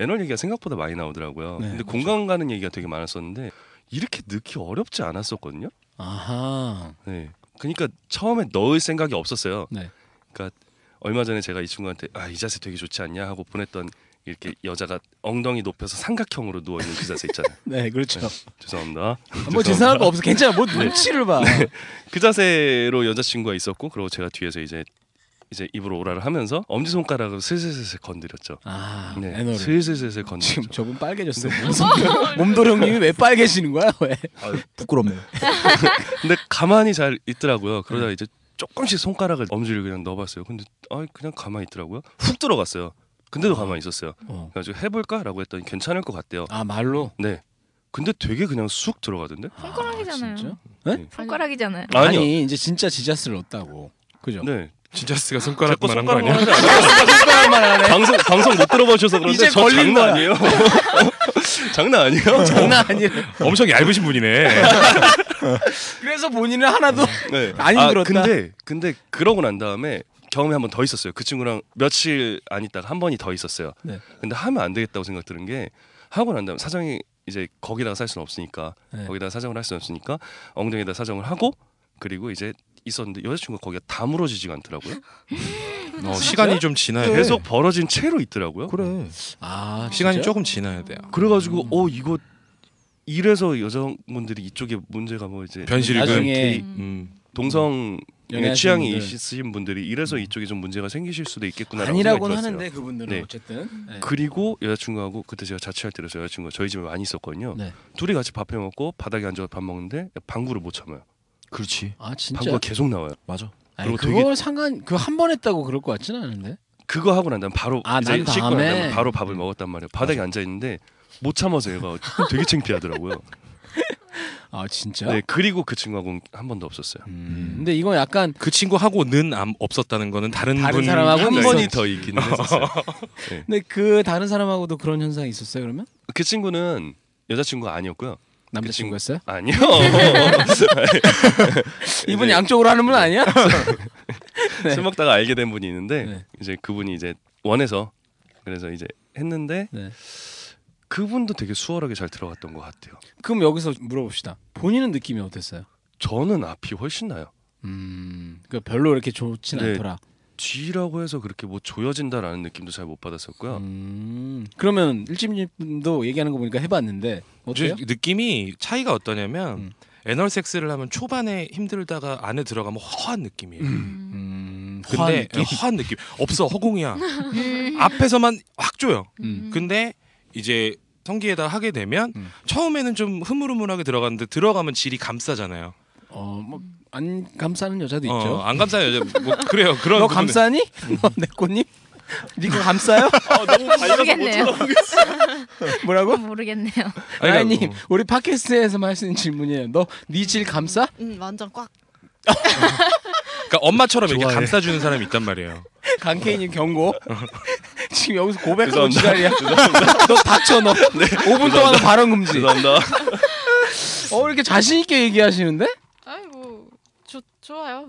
[SPEAKER 9] 애널 얘기가 생각보다 많이 나오더라고요.
[SPEAKER 1] 네,
[SPEAKER 9] 근데
[SPEAKER 1] 그렇죠.
[SPEAKER 9] 공감 가는 얘기가 되게 많았었는데 이렇게 넣기 어렵지 않았었거든요.
[SPEAKER 1] 아하.
[SPEAKER 9] 네. 그러니까 처음에 넣을 생각이 없었어요.
[SPEAKER 1] 네.
[SPEAKER 9] 그러니까 얼마 전에 제가 이 친구한테 아 이 자세 되게 좋지 않냐 하고 보냈던 이렇게 여자가 엉덩이 높여서 삼각형으로 누워 있는 그 자세 있잖아요.
[SPEAKER 1] 네, 그렇죠.
[SPEAKER 9] 죄송합니다.
[SPEAKER 1] 뭐 죄송할 거 없어. 괜찮아. 뭐 눈치를 봐.
[SPEAKER 9] 그 자세로 여자친구가 있었고 그리고 제가 뒤에서 이제 이제 입으로 오라를 하면서 엄지 손가락으로 슬슬슬슬 건드렸죠.
[SPEAKER 1] 아,
[SPEAKER 9] 네,
[SPEAKER 1] 애너를.
[SPEAKER 9] 슬슬슬슬 건드렸죠.
[SPEAKER 1] 지금 저분 빨개졌어. 몸도령님이 왜 빨개지는 거야? 왜?
[SPEAKER 8] 아, 부끄럽네요.
[SPEAKER 9] 근데 가만히 잘 있더라고요.
[SPEAKER 1] 네.
[SPEAKER 9] 그러다 이제 조금씩 손가락을 엄지를 그냥 넣어봤어요. 근데 아 그냥 가만히 있더라고요. 훅 들어갔어요. 근데도 가만히 있었어요.
[SPEAKER 1] 어.
[SPEAKER 9] 그래가지고 해볼까라고 했더니 괜찮을 것 같대요.
[SPEAKER 1] 아 말로.
[SPEAKER 9] 네. 근데 되게 그냥 쑥 들어가던데?
[SPEAKER 1] 아,
[SPEAKER 3] 손가락이잖아요.
[SPEAKER 1] 진짜? 네?
[SPEAKER 3] 손가락이잖아요.
[SPEAKER 9] 아니요.
[SPEAKER 1] 아니 이제 진짜 지자스를 얻다고. 그죠?
[SPEAKER 9] 네.
[SPEAKER 2] 진짜 스가
[SPEAKER 9] 자꾸
[SPEAKER 2] 손가락만 한 거
[SPEAKER 9] 손가락만
[SPEAKER 2] 아니야?
[SPEAKER 9] 하지 않아요? 방송 방송 못 들어보셔서
[SPEAKER 1] 이제
[SPEAKER 9] 그런데 저
[SPEAKER 1] 걸린
[SPEAKER 9] 장난
[SPEAKER 1] 거야.
[SPEAKER 9] 아니에요. 장난 아니에요.
[SPEAKER 1] 장난 아니래.
[SPEAKER 2] 엄청 얇으신 분이네.
[SPEAKER 1] 그래서 본인은 하나도
[SPEAKER 9] 네.
[SPEAKER 1] 안
[SPEAKER 9] 아,
[SPEAKER 1] 힘들었다.
[SPEAKER 9] 근데 근데 그러고 난 다음에 경험이 한 번 더 있었어요. 그 친구랑 며칠 안 있다가 한 번이 더 있었어요.
[SPEAKER 1] 네.
[SPEAKER 9] 근데 하면 안 되겠다고 생각 드는 게 하고 난 다음에 사정이 이제 거기다가 살 수는 없으니까
[SPEAKER 1] 네.
[SPEAKER 9] 거기다가 사정을 할 수는 없으니까 엉덩이에다 사정을 하고 그리고 이제 있었는데 여자친구가 거기가 다 무너지지가 않더라고요.
[SPEAKER 2] 어, 시간이 좀 지나야 돼.
[SPEAKER 9] 네. 계속 벌어진 채로 있더라고요.
[SPEAKER 8] 그래.
[SPEAKER 1] 아
[SPEAKER 2] 네. 시간이
[SPEAKER 1] 진짜요?
[SPEAKER 2] 조금 지나야 돼요.
[SPEAKER 9] 그래가지고 어 이거 이래서 여성분들이 이쪽에 문제가 뭐 이제
[SPEAKER 2] 변실이 그
[SPEAKER 1] 나중에
[SPEAKER 2] 음.
[SPEAKER 9] 동성
[SPEAKER 1] 연애하시는
[SPEAKER 9] 취향이
[SPEAKER 1] 분들.
[SPEAKER 9] 있으신 분들이 이래서 이쪽에 좀 문제가 생기실 수도 있겠구나라고
[SPEAKER 1] 아니라고는
[SPEAKER 9] 생각이 들었어요.
[SPEAKER 1] 하는데 그분들은
[SPEAKER 9] 네.
[SPEAKER 1] 어쨌든 네.
[SPEAKER 9] 그리고 여자친구하고 그때 제가 자취할 때 그래서 여자친구가 저희 집에 많이 있었거든요.
[SPEAKER 1] 네.
[SPEAKER 9] 둘이 같이 밥해 먹고 바닥에 앉아서 밥 먹는데 방구를 못 참아요.
[SPEAKER 8] 그렇지.
[SPEAKER 1] 아 진짜
[SPEAKER 9] 방구가 계속 나와요.
[SPEAKER 8] 맞아.
[SPEAKER 1] 아니,
[SPEAKER 9] 그리고
[SPEAKER 1] 그걸 상관 그 한 번 했다고 그럴 것 같지는 않은데
[SPEAKER 9] 그거 하고 난 다음 바로
[SPEAKER 1] 아,
[SPEAKER 9] 이제
[SPEAKER 1] 난
[SPEAKER 9] 씻고 난 다음에
[SPEAKER 1] 다음에.
[SPEAKER 9] 바로 밥을 먹었단 말이에요. 바닥에 앉아 있는데 못 참아서 얘가 되게 창피하더라고요.
[SPEAKER 1] 아 진짜
[SPEAKER 9] 네, 그리고 그 친구하고는 한 번도 없었어요.
[SPEAKER 1] 음. 근데 이건 약간
[SPEAKER 2] 그 친구하고는 암 없었다는 거는 다른,
[SPEAKER 1] 다른
[SPEAKER 2] 분
[SPEAKER 1] 사람하고는 네. 있었-
[SPEAKER 2] 한 번이
[SPEAKER 9] 더 있기는 했었어요.
[SPEAKER 1] 근데 그 다른 사람하고도 그런 현상이 있었어요 그러면
[SPEAKER 9] 그 친구는 여자친구가 아니었고요.
[SPEAKER 1] 남자친구였어요
[SPEAKER 9] 아니요.
[SPEAKER 1] 이분
[SPEAKER 9] 네.
[SPEAKER 1] 양쪽으로 하는 분 아니야 네.
[SPEAKER 9] 술 먹다가 알게 된 분이 있는데
[SPEAKER 1] 네.
[SPEAKER 9] 이제 그분이 이제 원해서 그래서 이제 했는데
[SPEAKER 1] 네.
[SPEAKER 9] 그분도 되게 수월하게 잘 들어갔던 것 같아요.
[SPEAKER 1] 그럼 여기서 물어봅시다 본인은 느낌이 어땠어요
[SPEAKER 9] 저는 앞이 훨씬 나요.
[SPEAKER 1] 음그 별로 이렇게 좋진
[SPEAKER 9] 네.
[SPEAKER 1] 않더라
[SPEAKER 9] 뒤라고 해서 그렇게 뭐 조여진다라는 느낌도 잘 못 받았었고요.
[SPEAKER 1] 음 그러면 일집님도 얘기하는 거 보니까 해봤는데 어때요
[SPEAKER 2] 느- 느낌이 차이가 어떠냐면
[SPEAKER 1] 음.
[SPEAKER 2] 애널 섹스를 하면 초반에 힘들다가 안에 들어가면 허한 느낌이에요.
[SPEAKER 1] 음
[SPEAKER 2] 근데 예, 허한 느낌? 음. 없어 허공이야. 앞에서만 확 줘요.
[SPEAKER 1] 음.
[SPEAKER 2] 근데 이제 성기에다 하게 되면
[SPEAKER 1] 음.
[SPEAKER 2] 처음에는 좀 흐물흐물하게 들어가는데 들어가면 질이 감싸잖아요.
[SPEAKER 1] 어, 어뭐안 감싸는 여자도 있죠
[SPEAKER 2] 어, 안 감싸요. 이제 뭐 그래요. 그런
[SPEAKER 1] 너
[SPEAKER 2] 부분은.
[SPEAKER 1] 감싸니? 어, 너내 꽃님? 니거 감싸요?
[SPEAKER 3] 아, 모르겠네요.
[SPEAKER 1] 뭐라고?
[SPEAKER 3] 모르겠네요.
[SPEAKER 2] 아니,
[SPEAKER 1] 라님
[SPEAKER 2] 그러니까 뭐-
[SPEAKER 1] 우리 팟캐스트에서만 할 수 있는 질문이에요. 너니질 감싸?
[SPEAKER 4] 음, 완전 꽉.
[SPEAKER 2] 그러니까 엄마처럼 이렇게
[SPEAKER 1] 좋아해.
[SPEAKER 2] 감싸주는 사람이 있단 말이에요.
[SPEAKER 1] 강케이님 경고. 지금 여기서 고백하고
[SPEAKER 9] 죄송합니다.
[SPEAKER 1] 지랄이야. 너 닥쳐 너. 5분 동안 발언 금지.
[SPEAKER 9] 죄송합니다.
[SPEAKER 1] 어 이렇게 자신 있게 얘기하시는데?
[SPEAKER 4] 아이 뭐 좋, 좋아요.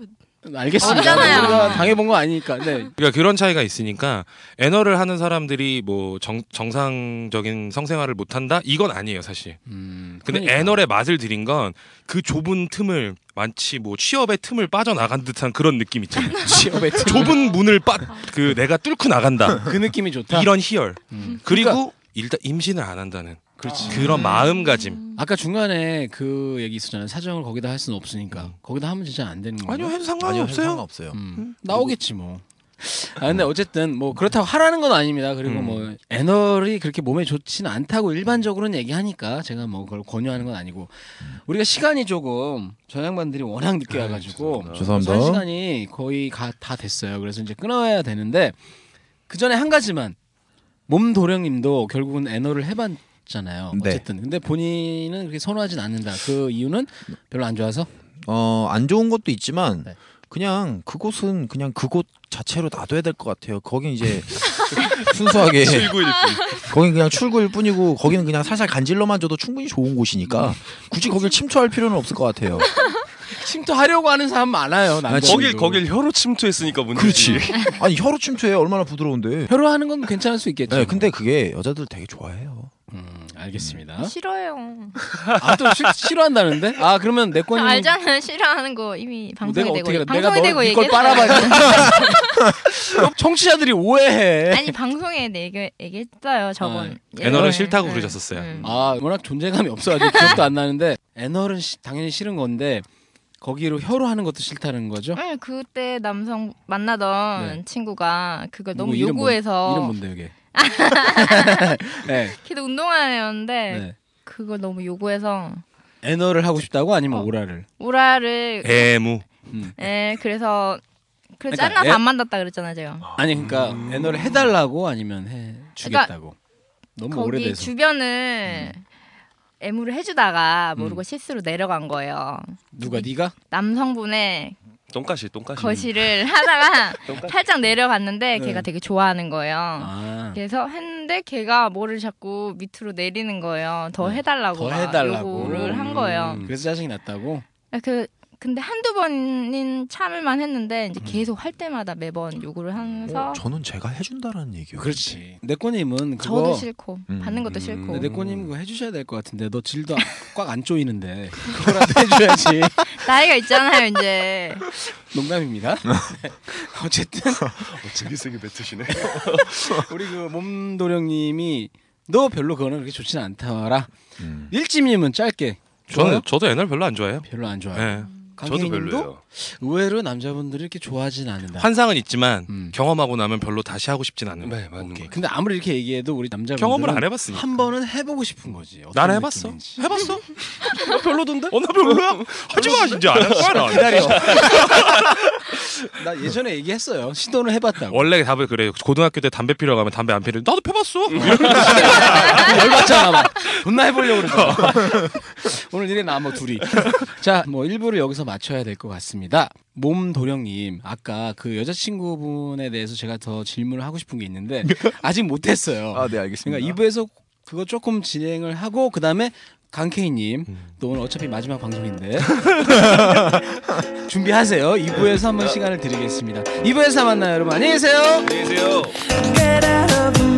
[SPEAKER 1] 알겠습니다.
[SPEAKER 3] 없잖아요.
[SPEAKER 1] 우리가 당해본 거 아니니까. 네.
[SPEAKER 2] 그러니까 그런 차이가 있으니까 애널을 하는 사람들이 뭐 정, 정상적인 성생활을 못한다 이건 아니에요 사실.
[SPEAKER 1] 음,
[SPEAKER 2] 근데
[SPEAKER 1] 그러니까.
[SPEAKER 2] 애널의 맛을 들인 건 그 좁은 틈을 마치 뭐 취업의 틈을 빠져나간 듯한 그런 느낌 있잖아요.
[SPEAKER 1] 취업의 틀.
[SPEAKER 2] 좁은 문을 빠 그 내가 뚫고 나간다
[SPEAKER 1] 그 느낌이 좋다.
[SPEAKER 2] 이런 희열
[SPEAKER 1] 음.
[SPEAKER 2] 그러니까 그리고 일단 임신을 안 한다는
[SPEAKER 1] 그렇지.
[SPEAKER 2] 그러니까 그런 마음가짐.
[SPEAKER 1] 아까 중간에 그 얘기 있었잖아요. 사정을 음. 거기다 할 수는 없으니까. 거기다 하면 진짜 안 되는 거야.
[SPEAKER 2] 아니요 해도
[SPEAKER 8] 아니요
[SPEAKER 2] 상관없어요.
[SPEAKER 8] 상관없어요.
[SPEAKER 1] 음. 나오겠지 음. 뭐. 아 근데 어쨌든 뭐 그렇다고 하라는 건 아닙니다. 그리고 뭐 애널이 그렇게 몸에 좋지는 않다고 일반적으로는 얘기하니까 제가 뭐 그걸 권유하는 건 아니고 우리가 시간이 조금 저 양반들이 워낙 늦게 와가지고
[SPEAKER 8] 죄송합니다.
[SPEAKER 1] 살 시간이 거의 가, 다 됐어요. 그래서 이제 끊어야 되는데 그 전에 한 가지만 몸도령님도 결국은 애널을 해봤잖아요.
[SPEAKER 8] 네.
[SPEAKER 1] 어쨌든 근데 본인은 그렇게 선호하진 않는다. 그 이유는 별로 안 좋아서
[SPEAKER 8] 어, 안 좋은 것도 있지만
[SPEAKER 1] 네.
[SPEAKER 8] 그냥 그곳은 그냥 그곳 자체로 놔둬야 될 것 같아요. 거긴 이제 순수하게 거긴 그냥 출구일 뿐이고 거기는 그냥 살살 간질러만 줘도 충분히 좋은 곳이니까 굳이 거길 침투할 필요는 없을 것 같아요.
[SPEAKER 1] 침투하려고 하는 사람 많아요. 남자들도.
[SPEAKER 9] 거길 거길 혀로 침투했으니까 문제지.
[SPEAKER 8] 아니 혀로 침투해 얼마나 부드러운데.
[SPEAKER 1] 혀로하는 건 괜찮을 수 있겠죠.
[SPEAKER 8] 네, 근데 그게 여자들 되게 좋아해요.
[SPEAKER 1] 음, 알겠습니다.
[SPEAKER 3] 싫어요.
[SPEAKER 1] 아또 싫어한다는데? 아 그러면 내 권이
[SPEAKER 3] 알잖아요. 싫어하는 거 이미 방송이
[SPEAKER 1] 뭐 내가
[SPEAKER 3] 되고
[SPEAKER 1] 어떻게 내가
[SPEAKER 3] 방송이 되고
[SPEAKER 1] 너 이걸
[SPEAKER 3] 얘기했어요.
[SPEAKER 1] 빨아봐야 청취자들이 오해해.
[SPEAKER 3] 아니 방송에 내 얘기, 얘기했어요. 저번 예. 음.
[SPEAKER 2] 애널은 싫다고
[SPEAKER 3] 응,
[SPEAKER 2] 그러셨었어요.
[SPEAKER 3] 응.
[SPEAKER 1] 아 워낙 존재감이 없어가지고 기억도 안 나는데 애널은 시- 당연히 싫은 건데 거기로 혀로 하는 것도 싫다는 거죠?
[SPEAKER 3] 응, 예, 그때 남성 만나던
[SPEAKER 1] 네.
[SPEAKER 3] 친구가 그걸
[SPEAKER 1] 누구
[SPEAKER 3] 너무
[SPEAKER 1] 이름 뭔-
[SPEAKER 3] 요구해서
[SPEAKER 1] 이름 뭔데 이게? 네,
[SPEAKER 3] 걔도 운동하는 애였는데
[SPEAKER 1] 네.
[SPEAKER 3] 그걸 너무 요구해서
[SPEAKER 1] 애널을 하고 싶다고
[SPEAKER 3] 어.
[SPEAKER 1] 아니면 오라를?
[SPEAKER 3] 오라를 에,
[SPEAKER 2] 애무.
[SPEAKER 3] 그래서 그래
[SPEAKER 1] 그러니까
[SPEAKER 3] 잘라서
[SPEAKER 1] 애-
[SPEAKER 3] 안 만났다 그랬잖아요 제가
[SPEAKER 1] 아니 그러니까 애널을 해달라고 아니면 해 주겠다고. 너무
[SPEAKER 3] 그러니까 거기
[SPEAKER 1] 오래돼서. 음.
[SPEAKER 3] 주변을 애무를 해주다가 모르고 실수로 내려간 거예요
[SPEAKER 1] 누가 네가?
[SPEAKER 3] 남성분의
[SPEAKER 1] 음.
[SPEAKER 9] 똥까시 똥까시.
[SPEAKER 3] 거실을 하다가
[SPEAKER 9] 똥까시.
[SPEAKER 3] 살짝 내려갔는데
[SPEAKER 1] 네.
[SPEAKER 3] 걔가 되게 좋아하는 거예요
[SPEAKER 1] 아.
[SPEAKER 3] 그래서 했는데 걔가 뭐를 자꾸 밑으로 내리는 거예요. 더 해달라고
[SPEAKER 1] 네. 더
[SPEAKER 3] 막
[SPEAKER 1] 해달라고
[SPEAKER 3] 요구를 한 거예요.
[SPEAKER 1] 음, 그래서 짜증이 났다고.
[SPEAKER 3] 그 근데 한두 번인 참을만 했는데
[SPEAKER 1] 음.
[SPEAKER 3] 이제 계속 할 때마다 매번
[SPEAKER 1] 어,
[SPEAKER 3] 요구를 하면서
[SPEAKER 8] 저는 제가 해준다라는 얘기요.
[SPEAKER 1] 그렇지. 내꼬님은 그거
[SPEAKER 3] 저도 싫고
[SPEAKER 8] 음.
[SPEAKER 3] 받는 것도 싫고
[SPEAKER 1] 내꼬님 그거 해주셔야 될 것 같은데 너 질도 꽉 안 쪼이는데 그거라도 해줘야지.
[SPEAKER 3] 나이가 있잖아요 이제
[SPEAKER 1] 농담입니다.
[SPEAKER 2] 어.
[SPEAKER 1] 어쨌든
[SPEAKER 9] 되게 세게 뱉으시네.
[SPEAKER 1] 우리 그 몸도령님이 너 별로 그거는 그렇게 좋지는 않더라. 일지님은 짧게. 좋아요?
[SPEAKER 2] 음. 저는 저도 애널 별로 안 좋아해요.
[SPEAKER 1] 별로 안 좋아요.
[SPEAKER 2] 예.
[SPEAKER 9] 저도
[SPEAKER 1] 강희님도
[SPEAKER 9] 별로예요.
[SPEAKER 1] 의외로 남자분들이 이렇게 좋아하진 않는다.
[SPEAKER 2] 환상은 있지만
[SPEAKER 1] 음.
[SPEAKER 2] 경험하고 나면 별로 다시 하고 싶진 않은.
[SPEAKER 9] 네 맞는 거.
[SPEAKER 1] 근데 아무리 이렇게 얘기해도 우리 남자분들은
[SPEAKER 2] 경험을 안 해봤으니까.
[SPEAKER 1] 한 번은 해보고 싶은 거지. 어떤
[SPEAKER 2] 나는 해봤어.
[SPEAKER 1] 느낌인지.
[SPEAKER 2] 해봤어? 별로던데? 네. 어나 별로야. 하지 마 진짜 안 할 거야 나.
[SPEAKER 1] 기다려. 나 예전에 얘기했어요. 시도는 해봤다고.
[SPEAKER 2] 원래 답을 그래요. 고등학교 때 담배 피러 가면 담배 안 피는. 나도 펴봤어. 이런
[SPEAKER 1] 열받잖아 막. 존나 해보려고 그러잖아. 오늘 이래 나뭐 둘이. 자, 뭐 1부를 여기서 마쳐야 될 것 같습니다. 몸도령님, 아까 그 여자친구분에 대해서 제가 더 질문을 하고 싶은 게 있는데 아직 못했어요.
[SPEAKER 8] 아, 네, 알겠습니다.
[SPEAKER 1] 그러니까 2부에서 그거 조금 진행을 하고 그 다음에 강케이님
[SPEAKER 8] 음.
[SPEAKER 1] 또 오늘 어차피 마지막 방송인데 준비하세요. 2부에서
[SPEAKER 8] 네.
[SPEAKER 1] 한번 시간을 드리겠습니다. 2부에서 만나요, 여러분. 안녕히 계세요.
[SPEAKER 9] 안녕히 계세요.
[SPEAKER 6] Get out of my